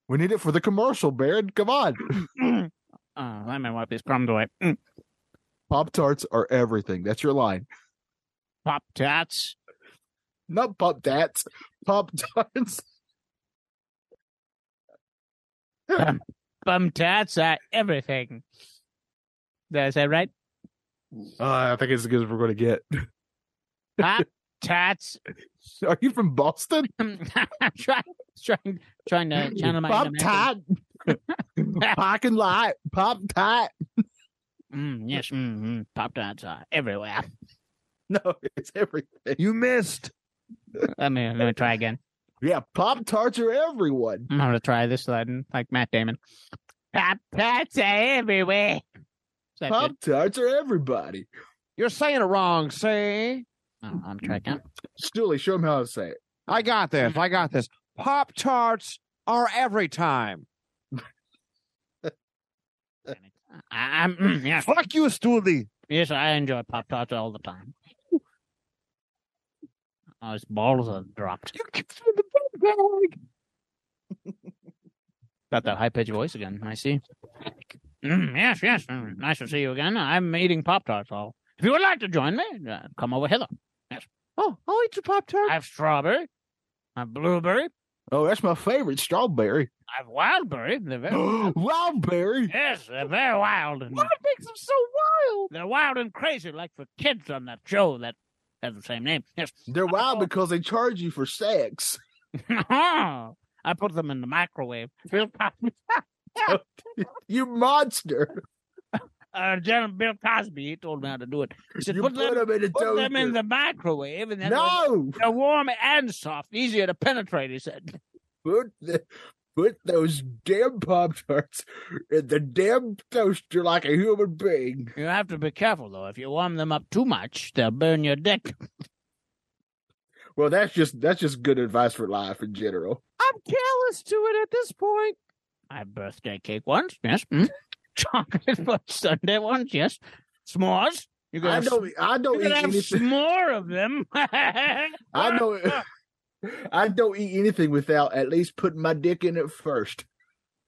S1: We need it for the commercial, Baron. Come on.
S4: Mm. Uh, let me wipe these crumbs away. Mm.
S1: Pop tarts are everything. That's your line.
S4: Pop tats.
S1: Not pop tats. Pop tarts.
S4: Bum tats are everything. Is that right?
S1: Uh, I think it's as good as we're going to get.
S4: Pop tats.
S1: Are you from Boston?
S4: I'm trying, trying, trying to channel my
S1: pop
S4: inner man.
S1: tat. Parking lot. Pop tat.
S4: Mm, yes, mm, mm, pop tarts are everywhere.
S1: No, it's everything.
S3: You missed.
S4: Let me let me try again.
S1: Yeah, pop tarts are everyone.
S4: I'm gonna try this Latin like Matt Damon. Pop tarts are everywhere. Is that
S1: Pop
S4: good?
S1: tarts are everybody.
S5: You're saying it wrong, see?
S4: Oh, I'm trying. again.
S1: Stilly, show them how to say it.
S5: I got this. I got this. Pop tarts are every time.
S4: I, I'm mm, yes,
S3: Fuck you, Stooley.
S4: yes. I enjoy pop tarts all the time. Oh, his balls are dropped. Got that high pitched voice again. I see. Mm, yes, yes. mm, nice to see you again. I'm eating pop tarts. All. If you would like to join me, uh, come over hither.
S5: Oh, I'll eat your Pop Tart.
S4: I have strawberry, I have blueberry,
S1: Oh, that's my favorite strawberry.
S4: I have wildberry. They're very
S1: Wildberry.
S4: Yes, they're very wild. And, what makes them so wild? They're wild and crazy, like the kids on that show that has the same name. Yes.
S1: They're wild because they charge you for sex.
S4: I put them in the microwave. Bill Cosby.
S1: You monster.
S4: Uh, General Bill Cosby, he told me how to do it. He said,
S1: You
S4: put,
S1: put
S4: them,
S1: them in a
S4: put them in
S1: toaster.
S4: the microwave, and then
S1: No.
S4: they're warm and soft, easier to penetrate, he said.
S1: Put the, put those damn Pop Tarts in the damn toaster like a human being.
S4: You have to be careful, though. If you warm them up too much, they'll burn your dick.
S1: Well, that's just that's just good advice for life in general.
S5: I'm callous to it at this point.
S4: I had birthday cake once, yes. Mm. Chocolate fudge Sunday once, yes. S'mores. You
S1: I
S4: have
S1: don't I don't
S4: You
S1: eat
S4: can have
S1: anything.
S4: more of them. Ah,
S1: I don't I don't eat anything without at least putting my dick in it first.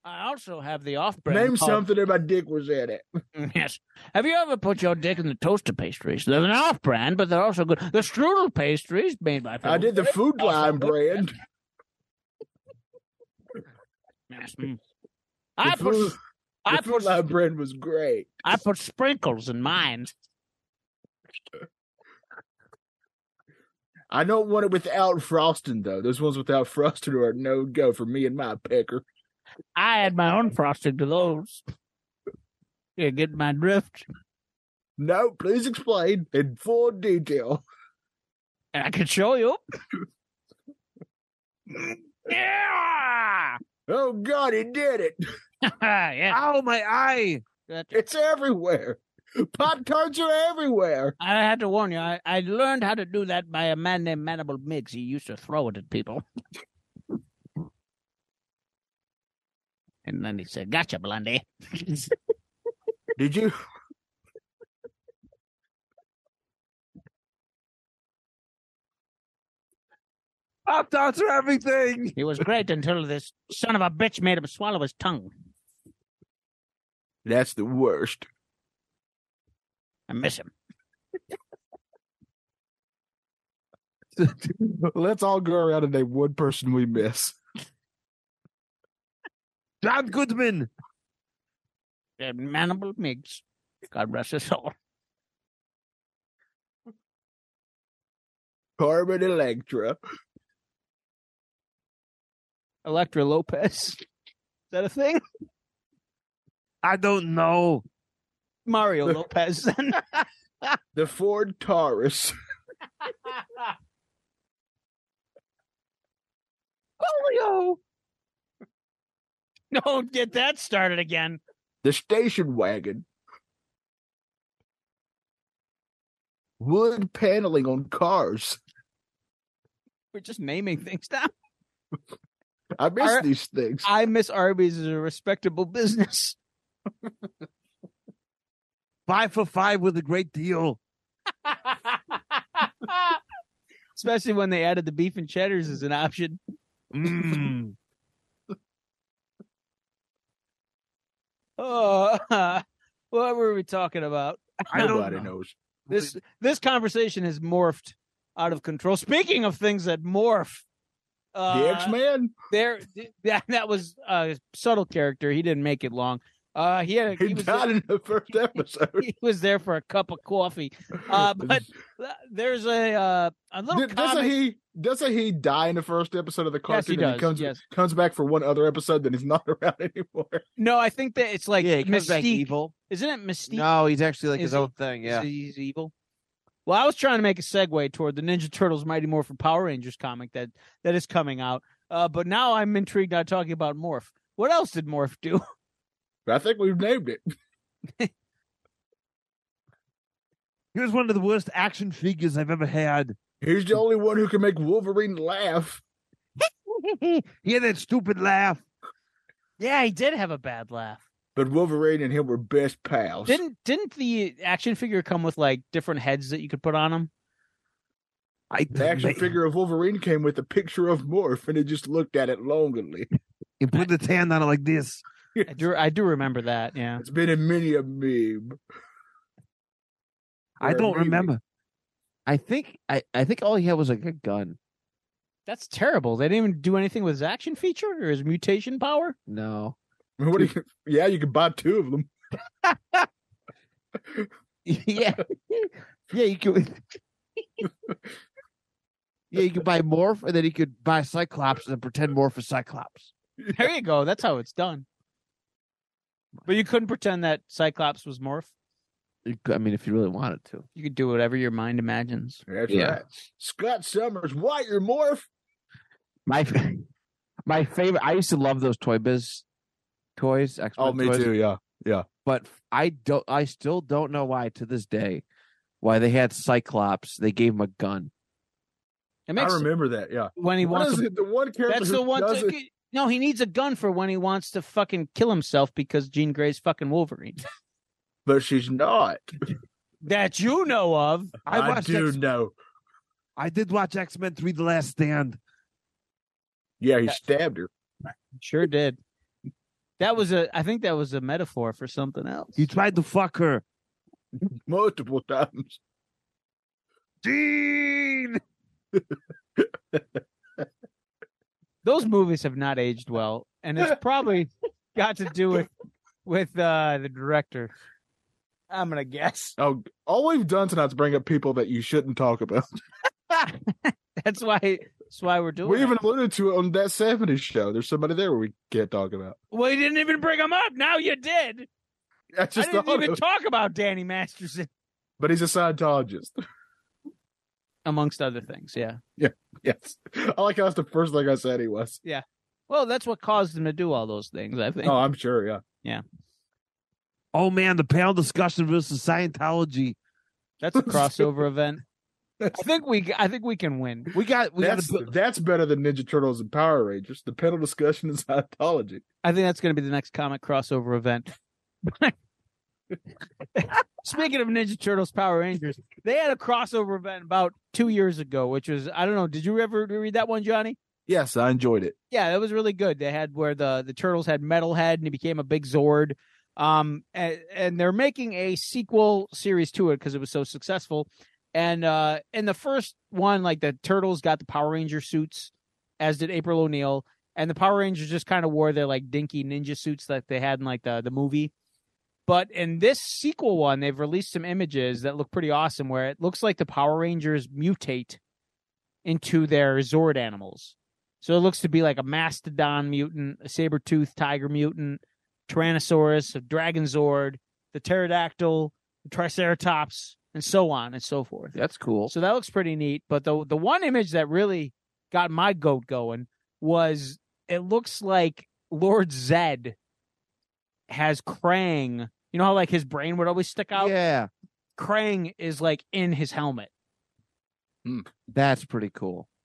S4: I also have the off-brand.
S1: Name
S4: called-
S1: something that my dick was in it.
S4: Yes. Have you ever put your dick in the toaster pastries? They're an off-brand, but they're also good. The strudel pastries made by.
S1: I did the food
S4: Also
S1: line
S4: good.
S1: brand.
S4: Yes. Mm. I
S1: the
S4: put.
S1: food,
S4: I
S1: the food
S4: put.
S1: line brand was great.
S4: I put sprinkles in mine.
S1: I don't want it without frosting though. Those ones without frosting are no go for me and my pecker.
S4: I add my own frosting to those. You get my drift.
S1: No, please explain in full detail.
S4: And I can show you. yeah.
S1: Oh God, he did it!
S4: yeah.
S3: Ow, my eye.
S4: That's-
S1: It's everywhere. Pop tarts are everywhere.
S4: I had to warn you. I, I learned how to do that by a man named Manable Miggs. He used to throw it at people. And then he said, "Gotcha, Blondie."
S1: Did you?
S3: Pop tarts are everything.
S4: He was great until this son of a bitch made him swallow his tongue.
S1: That's the worst.
S4: I miss him.
S1: Let's all go around and name one person we miss.
S3: John Goodman.
S4: Uh, Manable Miggs, God rest his soul.
S1: Carmen Electra.
S4: Electra Lopez. Is that a thing?
S3: I don't know.
S4: Mario Lopez.
S1: The Ford Taurus.
S4: Polio. Don't get that started again.
S1: The station wagon. Wood paneling on cars.
S4: We're just naming things now.
S1: I miss
S4: Are-
S1: these things.
S4: I miss Arby's as a respectable business.
S3: Five for five with a great deal.
S4: Especially when they added the beef and cheddars as an option.
S3: Mm.
S4: Oh, what were we talking about?
S1: I
S4: don't
S1: Nobody
S4: know.
S1: knows.
S4: This this conversation has morphed out of control. Speaking of things that morph, uh,
S1: the X Man.
S4: there that that was a subtle character. He didn't make it long. Uh, he had a,
S1: He,
S4: he, was
S1: died
S4: there,
S1: in the first episode.
S4: he was there for a cup of coffee. Uh, but there's a uh, a little
S1: Did-
S4: comic-
S1: doesn't he? Doesn't he die in the first episode of the
S4: Yes, he
S1: cartoon? and
S4: does,
S1: comes
S4: yes.
S1: comes back for one other episode, then he's not around anymore.
S4: No, I think that it's like
S5: yeah, he comes back
S4: Mystique.
S5: evil.
S4: Isn't it Mystique?
S5: No, he's actually like
S4: Is
S5: his
S4: he-
S5: own thing. Yeah.
S4: So he's evil. Well, I was trying to make a segue toward the Ninja Turtles Mighty Morphin Power Rangers comic that that is coming out. Uh, but now I'm intrigued on talking about Morph. What else did Morph do?
S1: I think we've named it.
S3: He was one of the worst action figures I've ever had.
S1: He's the only one who can make Wolverine laugh.
S3: he had that stupid laugh.
S4: Yeah, he did have a bad laugh.
S1: But Wolverine and him were best pals.
S4: Didn't didn't the action figure come with like different heads that you could put on them?
S3: I
S1: the action
S3: they-
S1: figure of Wolverine came with a picture of Morph, and it just looked at it longingly.
S3: He put his hand on it like this.
S4: I do I do remember that. Yeah.
S1: It's been in many a meme.
S3: I
S1: Or a
S3: don't
S1: meme.
S3: remember.
S5: I think I, I think all he had was like a gun.
S4: That's terrible. They didn't even do anything with his action feature or his mutation power.
S5: No.
S1: I mean, what do you, yeah, you could buy two of them.
S5: yeah. yeah, you could Yeah, you could buy Morph and then you could buy Cyclops and pretend Morph is Cyclops.
S4: There you go. That's how it's done. But you couldn't pretend that Cyclops was Morph.
S5: You could- I mean if you really wanted to.
S4: You could do whatever your mind imagines.
S1: That's
S5: Yeah.
S1: right. Scott Summers, why your Morph?
S5: My fa- my favorite I used to love those toy biz toys. X-Men toys.
S1: Oh, Yeah.
S5: but f- I don't. I still don't know why to this day why they had Cyclops. They gave him a gun.
S4: It
S1: I
S4: makes
S1: remember that. Yeah.
S4: when he
S1: What
S4: wants
S1: is
S4: to,
S1: it? The one character
S4: That's
S1: who
S4: the one
S1: doesn't-
S4: to, No, he needs a gun for when he wants to fucking kill himself because Jean Grey's fucking Wolverine.
S1: but she's not.
S4: that you know of.
S1: I,
S3: watched
S1: do
S3: X-
S1: know.
S3: I did watch X Men Three: The Last Stand.
S1: Yeah, he stabbed her.
S4: Sure did. That was a I think that was a metaphor for something else.
S3: He tried to fuck her.
S1: multiple times.
S3: Gene.
S4: Those movies have not aged well, and it's probably got to do with with uh the director. I'm gonna guess.
S1: Oh, all we've done tonight is bring up people that you shouldn't talk about.
S4: That's why that's why we're doing
S1: We
S4: it.
S1: even alluded to it on that '70s show. There's somebody there we can't talk about.
S4: Well, you didn't even bring him up. Now you did.
S1: I just
S4: I didn't
S1: thought
S4: even
S1: of it.
S4: talk about Danny Masterson,
S1: but he's a Scientologist.
S4: amongst other things. Yeah.
S1: yes, I like how that's the first thing I said he was.
S4: Well, that's what caused him to do all those things. I think.
S1: Oh, I'm sure. Yeah,
S3: Oh man, the panel discussion versus Scientology.
S4: That's a crossover event. I think we. I think we can win.
S5: We got we got
S1: that's
S5: to
S1: that's better than Ninja Turtles and Power Rangers. The panel discussion in Scientology.
S4: I think that's going to be the next comic crossover event. Speaking of Ninja Turtles, Power Rangers, they had a crossover event about two years ago, which was I don't know. Did you ever read that one, Johnny?
S1: Yes, I enjoyed it.
S4: yeah, that was really good. They had where the the turtles had Metalhead and he became a big Zord. Um, and, and they're making a sequel series to it because it was so successful. And uh, in the first one, like the turtles got the Power Ranger suits, as did April O'Neil, and the Power Rangers just kind of wore their like dinky ninja suits that they had in like the the movie. But in this sequel one, they've released some images that look pretty awesome, where it looks like the Power Rangers mutate into their Zord animals. So it looks to be like a mastodon mutant, a saber toothed tiger mutant, tyrannosaurus, a dragonzord, the pterodactyl, the triceratops, and so on and so forth.
S5: That's cool.
S4: So that looks pretty neat. But the the one image that really got my goat going was it looks like Lord Zed has Krang. You know how like his brain would always stick out?
S5: yeah,
S4: Krang is like in his helmet.
S5: that's pretty cool.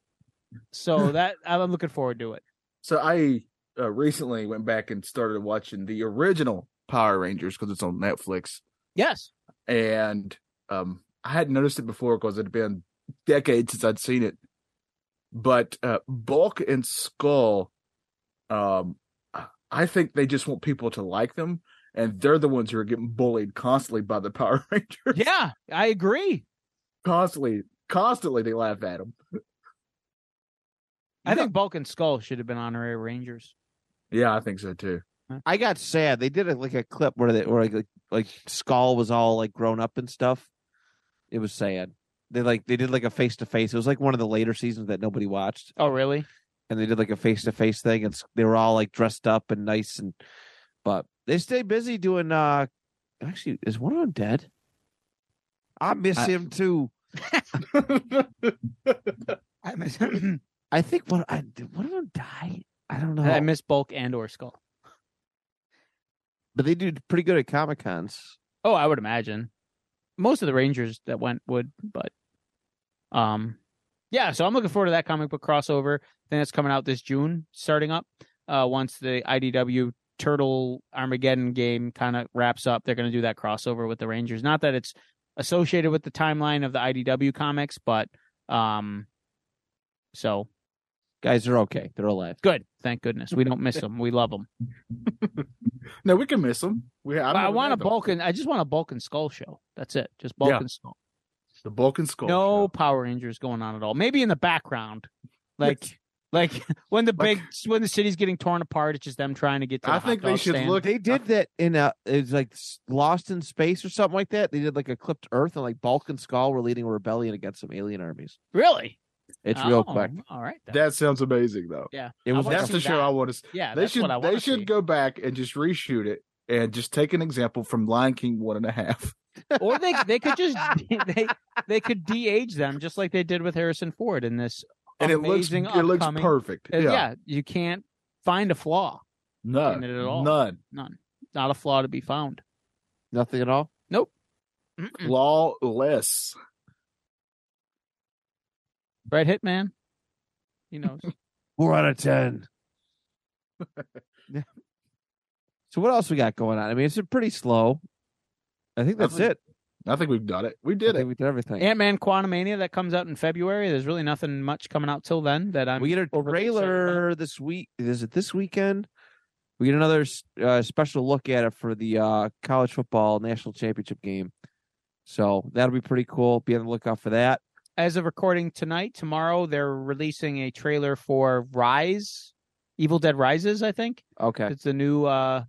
S4: So that I'm looking forward to it.
S1: So I uh, recently went back and started watching the original Power Rangers because it's on Netflix.
S4: Yes.
S1: and um, I hadn't noticed it before because it had been decades since I'd seen it. But uh, Bulk and Skull, um, I think they just want people to like them, and they're the ones who are getting bullied constantly by the Power Rangers.
S4: Yeah, I agree.
S1: Constantly, constantly they laugh at them.
S4: I think Bulk and Skull should have been honorary Rangers.
S1: Yeah, I think so too.
S5: I got sad. They did a, like a clip where they where like like Skull was all like grown up and stuff. It was sad. They like they did like a face to face. It was like one of the later seasons that nobody watched,
S4: Oh, really?
S5: and they did like a face to face thing, and s- they were all like dressed up and nice, and but they stay busy doing. uh Actually, is one of them dead? I miss
S1: I-
S5: him too.
S4: I miss I
S5: I think one I did one of them die. I don't know,
S4: miss Bulk and or Skull.
S5: but they do pretty good at comic cons.
S4: Oh, I would imagine. Most of the Rangers that went would, but um yeah, so I'm looking forward to that comic book crossover. I think that's coming out this June, starting up. Uh once the IDW Turtle Armageddon game kind of wraps up, they're gonna do that crossover with the Rangers. Not that it's associated with the timeline of the IDW comics, but um so
S5: Guys, they're okay. They're alive.
S4: good. Thank goodness. We don't miss them. We love them.
S1: No, we can miss them. We, I,
S4: I,
S1: don't know
S4: want a
S1: about them.
S4: Balkan. I just want a Balkan Skull show. That's it. Just Balkan
S1: Yeah.
S4: Skull.
S1: The Balkan Skull.
S4: no
S1: show.
S4: Power Rangers going on at all. Maybe in the background, like like when the
S1: Like-
S4: big when the city's getting torn apart, it's just them trying to get. To the
S1: I
S4: hot
S1: think they
S4: dog
S1: should
S4: stand.
S1: look.
S5: They did that in a it was like s- Lost in Space or something like that. They did like a clipped Earth and like Balkan Skull were leading a rebellion against some alien armies.
S4: really.
S5: It's real
S4: Oh,
S5: quick.
S4: All right. then.
S1: That sounds amazing, though.
S4: Yeah.
S5: It was
S4: I wanna
S1: That's
S4: see
S1: the show
S4: that.
S1: I want to. See.
S4: yeah.
S1: They
S4: that's
S1: should.
S4: What I
S1: They
S4: wanna
S1: should
S4: see.
S1: go back and just reshoot it and just take an example from Lion King one and a half.
S4: or they they could just they they could de-age them just like they did with Harrison Ford in this.
S1: And it
S4: amazing
S1: looks. It looks
S4: upcoming-
S1: perfect.
S4: Uh,
S1: Yeah.
S4: yeah, you can't find a flaw.
S1: No.
S4: in it at all.
S1: None.
S4: Not a flaw to be found.
S5: nothing at all.
S4: Mm-mm.
S1: Flawless.
S4: Right, Hitman. He knows.
S5: Four out of ten. so what else we got going on? I mean, it's been pretty slow. I think that's
S1: Nothing.
S5: it.
S1: I think we've done it. We
S5: I
S1: did
S5: think
S1: it.
S5: we did everything.
S4: Ant Man Quantumania that comes out in February. There's really nothing much coming out till then that I'm
S5: we get a
S4: overly excited about.
S5: trailer this week. Is it this weekend? We get another s- uh, special look at it for the uh, college football national championship game. So that'll be pretty cool. Be on the lookout for that.
S4: as of recording tonight, tomorrow they're releasing a trailer for Rise, Evil Dead Rises, I think.
S5: Okay.
S4: It's the new uh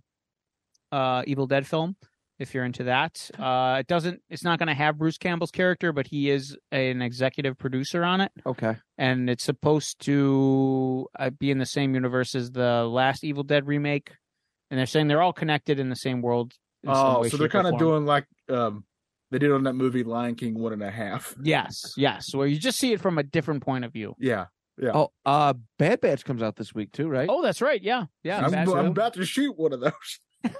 S4: uh Evil Dead film if you're into that. Uh it doesn't it's not going to have Bruce Campbell's character, but he is an executive producer on it
S5: Okay.
S4: and it's supposed to uh, be in the same universe as the last Evil Dead remake. And they're saying they're all connected in the same world. in some
S1: Oh,
S4: way,
S1: so they're
S4: shape, or
S1: kind of
S4: form.
S1: doing like um they did on that movie Lion King one and a half.
S4: Yes, yes, where you just see it from a different point of view.
S1: Yeah. Yeah.
S5: Oh, uh, Bad Batch comes out this week too, right?
S4: Oh, that's right. Yeah, yeah.
S1: I'm,
S4: Bad
S1: I'm
S4: Batch.
S1: about to shoot one of those.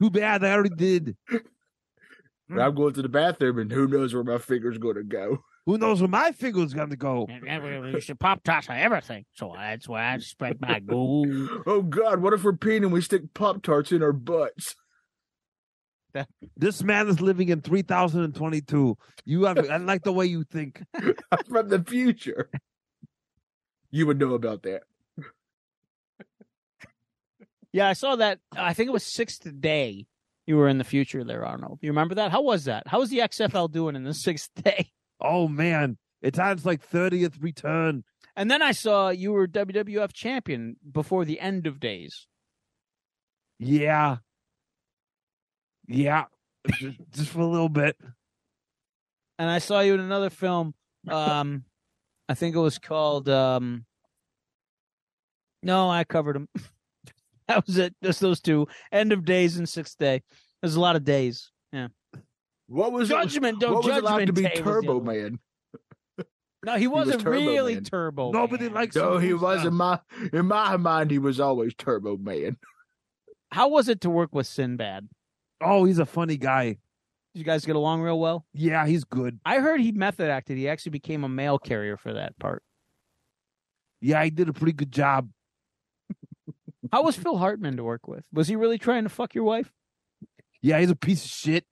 S5: Too bad. I already did.
S1: But
S4: Mm.
S1: I'm going to the bathroom, and who knows where my finger's going to go.
S5: Who knows where my finger's going to go?
S2: And every- we used to pop tarts on everything, so that's where I spread my goo.
S1: Oh God! What if we're peeing and we stick pop tarts in our butts?
S5: This man is living in 3022. You have. I like the way you think.
S1: I'm from the future. You would know about that.
S4: Yeah, I saw that. I think it was sixth day. You were in the future there, Arnold. You remember that? How was that? How was the XFL doing in the sixth day?
S5: Oh man, it's on its like 30th return.
S4: And then I saw you were WWF champion before the end of days.
S5: Yeah. Yeah. just, just for a little bit.
S4: And I saw you in another film. Um, I think it was called. Um, no, I covered them. that was it. Just those two. End of days and sixth day. There's a lot of days. Yeah.
S1: What was it,
S4: Judgment.
S1: what
S4: Don't
S1: was it
S4: judgment
S1: like to be
S4: Day was the
S1: Turbo
S4: other one.
S1: Man?
S4: No, he
S1: was
S4: wasn't
S1: Turbo
S4: really
S1: Man.
S4: Turbo.
S5: Nobody
S4: Man.
S5: likes
S1: No, he
S5: Something's
S1: was
S5: done.
S1: in my in my mind. He was always Turbo Man.
S4: How was it to work with Sinbad?
S5: Oh, he's a funny guy.
S4: Did you guys get along real well?
S5: Yeah, he's good.
S4: I heard he method acted. He actually became a mail carrier for that part.
S5: Yeah, he did a pretty good job.
S4: How was Phil Hartman to work with? Was he really trying to fuck your wife?
S5: Yeah, he's a piece of shit.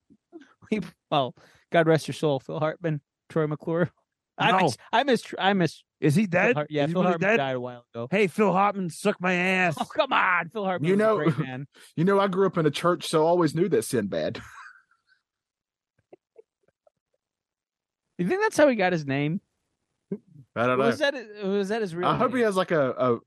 S4: He, well, God rest your soul, Phil Hartman, Troy McClure. I
S3: No.
S4: miss, I miss, I miss.
S3: Is he dead?
S4: Phil Har- yeah,
S3: Is he
S4: Phil
S3: really
S4: Hartman
S3: dead?
S4: died a while ago.
S3: Hey, Phil Hartman, suck my ass.
S4: Oh come on, Phil Hartman.
S1: You
S4: was a
S1: know-
S4: great man.
S1: You know, I grew up in a church, so I always knew that Sinbad.
S4: You think that's how he got his name?
S1: I don't know.
S4: Was that was that his real?
S1: I hope he
S4: name?
S1: has like a, a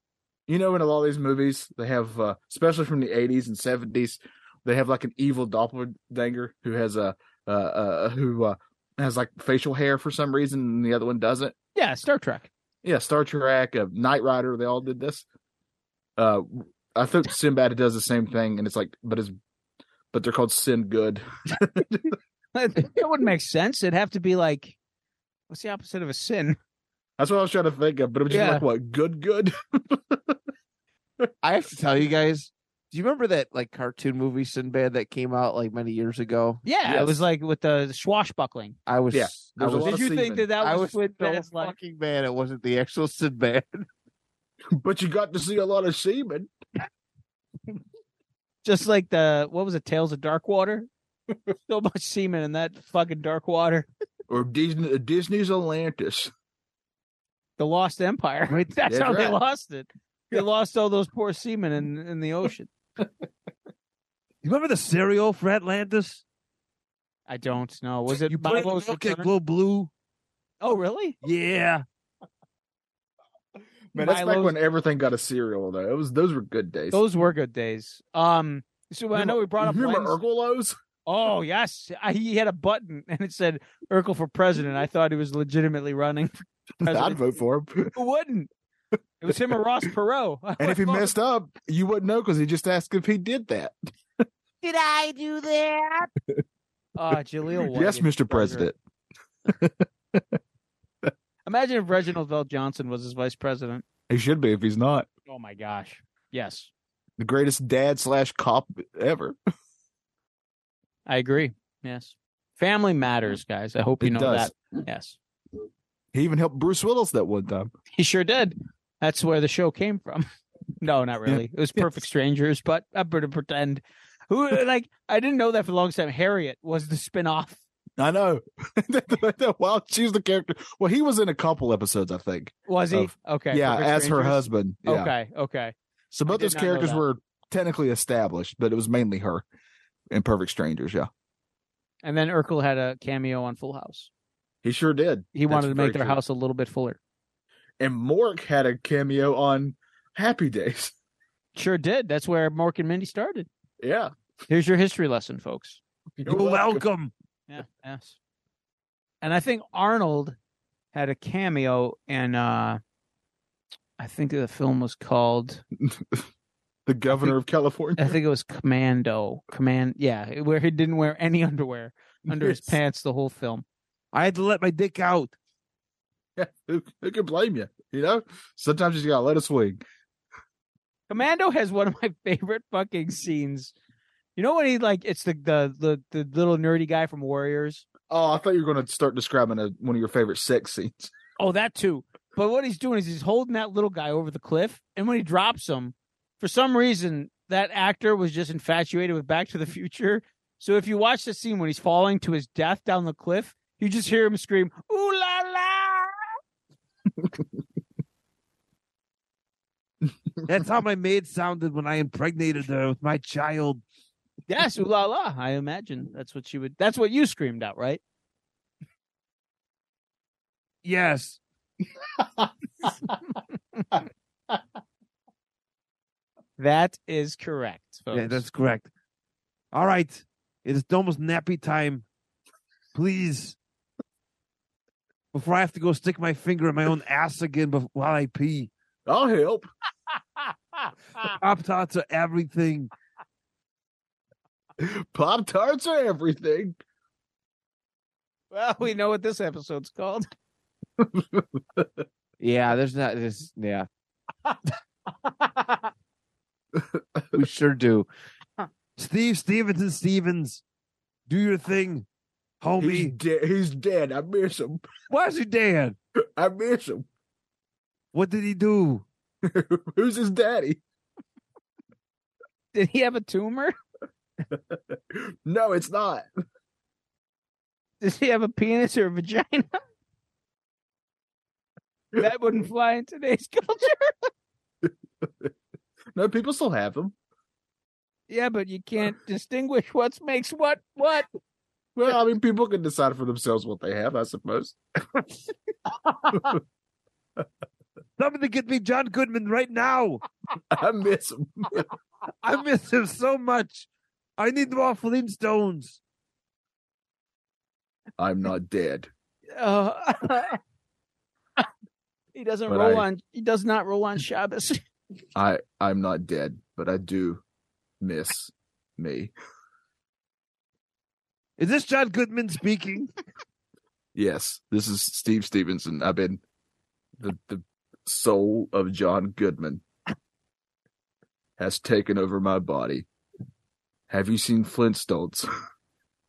S1: you know, in a lot of these movies, they have, uh, especially from the 80s and 70s, they have like an evil doppelganger who has a, uh, uh, who, uh, has like facial hair for some reason and the other one doesn't.
S4: Yeah, Star Trek.
S1: Yeah. Star Trek, uh, Knight Rider, they all did this. Uh, I think Sinbad does the same thing and it's like, but it's, but they're called Sin Good.
S4: that wouldn't make sense. It'd have to be like, what's the opposite of a sin?
S1: That's what I was trying to think of, but it was just
S4: Yeah.
S1: like, what, good, good?
S5: I have to tell you guys. Do you remember that like cartoon movie Sinbad that came out like many years ago?
S4: Yeah, it
S1: Yes.
S4: was like with the swashbuckling.
S5: I was
S1: Yeah,
S5: I
S1: there's a
S5: was,
S1: lot
S4: Did
S1: of
S4: you think
S1: semen.
S4: that that
S5: I
S4: was
S5: was
S4: with
S5: so
S4: Ben's life?
S5: fucking bad. It wasn't the actual Sinbad.
S1: but you got to see a lot of semen.
S4: Just like the what was it, Tales of Dark Water? so much semen in that fucking dark water.
S1: Or Disney, uh, Disney's Atlantis.
S4: The Lost Empire. That's,
S1: that's
S4: how they
S1: right.
S4: lost it. They lost all those poor seamen in in the ocean.
S3: You remember the cereal for Atlantis?
S4: I don't know. Was it
S3: you put it in
S4: Milo's
S3: the milk, it
S4: Return?
S3: glow blue.
S4: Oh, really?
S3: Yeah.
S1: Man, that's back
S4: Milo's-
S1: when everything got a cereal though. It was those were good days.
S4: Those were good days. Um, so I know we brought up.
S1: remember
S4: Len's-
S1: Ergolos?
S4: Oh yes, I, he had a button and it said Urkel for president. I thought he was legitimately running. For president.
S1: I'd vote for him.
S4: Who wouldn't? It was him or Ross Perot. I
S1: And if he
S4: thought-
S1: messed up, you wouldn't know because he just asked if he did that.
S2: Did I do that?
S4: uh, Jaleel. White
S1: yes,
S4: is
S1: Mr.
S4: treasurer.
S1: President.
S4: Imagine if Reginald Vell Johnson was his vice president.
S1: He should be if he's not.
S4: Oh my gosh. Yes,
S1: The greatest dad slash cop ever.
S4: I agree. Yes, family matters, guys. I hope you
S1: It
S4: know
S1: does.
S4: that. Yes,
S1: He even helped Bruce Willis that one time.
S4: he sure did. That's where the show came from. No, not really. It was Perfect Strangers, but I'm going to pretend. Who like I didn't know that for the longest time. Harriet was the spin-off
S1: I know. wow, she's the character. Well, he was in a couple episodes, I think.
S4: Was he?
S1: of-
S4: okay.
S1: yeah,
S4: Perfect
S1: as her
S4: Strangers?
S1: husband. Yeah.
S4: Okay. Okay.
S1: So
S4: I
S1: both
S4: did
S1: those
S4: not know
S1: characters
S4: that.
S1: were technically established, but it was mainly her in Perfect Strangers. Yeah,
S4: And then Urkel had a cameo on Full House.
S1: he sure did.
S4: He wanted
S1: That's
S4: to make
S1: very
S4: their
S1: true.
S4: house a little bit fuller.
S1: And Mork had a cameo on Happy Days.
S4: Sure did. That's where Mork and Mindy started.
S1: Yeah,
S4: Here's your history lesson, folks.
S3: You're welcome.
S4: Yeah. Yes. And I think Arnold had a cameo in uh I think the film was called
S1: The governor of California.
S4: I think it was Commando. Command yeah, where he didn't wear any underwear under his
S1: Yes.
S4: pants the whole film.
S3: I had to let my dick out.
S1: Yeah, who, who can blame you? You know, sometimes you just gotta let it swing.
S4: Commando has one of my favorite fucking scenes. You know when he like it's the the the, the little nerdy guy from Warriors.
S1: Oh, I thought you were gonna start describing a, one of your favorite sex scenes.
S4: Oh, that too. But what he's doing is he's holding that little guy over the cliff, and when he drops him, for some reason that actor was just infatuated with Back to the Future. So if you watch the scene when he's falling to his death down the cliff, you just hear him scream "Ooh la la!"
S3: That's how my maid sounded when I impregnated her with my child.
S4: Yes, ooh la la. I imagine that's what she would. That's what you screamed out, right?
S3: Yes.
S4: That is correct.
S3: Yeah,
S4: folks.
S3: that's correct. All right. It is almost nappy time. Please. Before I have to go stick my finger in my own ass again bef- while I pee.
S1: I'll help.
S3: Pop tarts are everything.
S1: Pop tarts are everything.
S4: well, we know what this episode's called.
S5: Yeah, there's not this. Yeah, we sure do.
S3: Steve Stevenson Stevens, do your thing,
S1: He's
S3: homie.
S1: dead. He's dead. I miss him.
S3: Why's he dead?
S1: I miss him.
S3: What did he do?
S1: Who's his daddy?
S4: Did he have a tumor?
S1: No, it's not.
S4: Does he have a penis or a vagina? That wouldn't fly in today's culture.
S1: No, people still have them.
S4: Yeah, but you can't distinguish what makes what what.
S1: Well, I mean, people can decide for themselves what they have, I suppose.
S3: Somebody get me John Goodman right now.
S1: I miss 'em.
S3: I miss him so much. I need more Flintstones.
S1: I'm not dead.
S4: Uh, he doesn't
S1: But
S4: roll
S1: I-
S4: on. He does not roll on Shabbos.
S1: I I'm not dead, but I do miss me.
S3: Is this John Goodman speaking?
S1: Yes, this is Steve Stevenson. I've been the the soul of John Goodman has taken over my body. Have you seen Flintstones?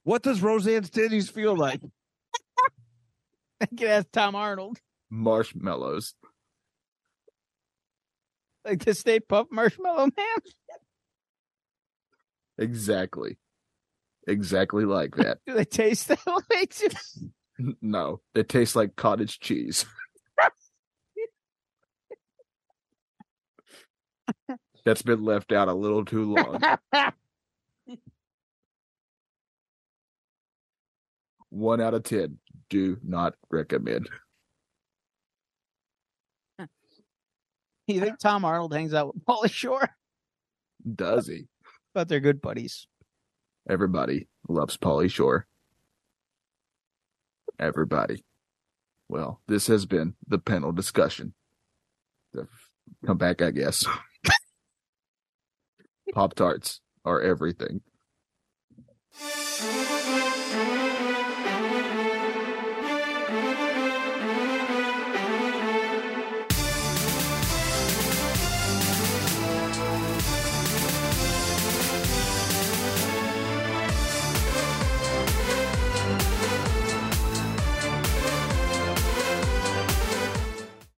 S3: What does Roseanne Stanley's feel like?
S4: I could ask Tom Arnold,
S1: Marshmallows.
S4: like the Stay Puff Marshmallow Man.
S1: Exactly. Exactly like that.
S4: Do they taste that? Like,
S1: No, it tastes like cottage cheese. That's been left out a little too long. One out of ten. Do not recommend.
S4: you think Tom Arnold hangs out with Paula Shore?
S1: Does he?
S4: But they're good buddies.
S1: Everybody loves Polly Shore. Everybody. Well, this has been the panel discussion. The- Come back, I guess. Pop Tarts are everything.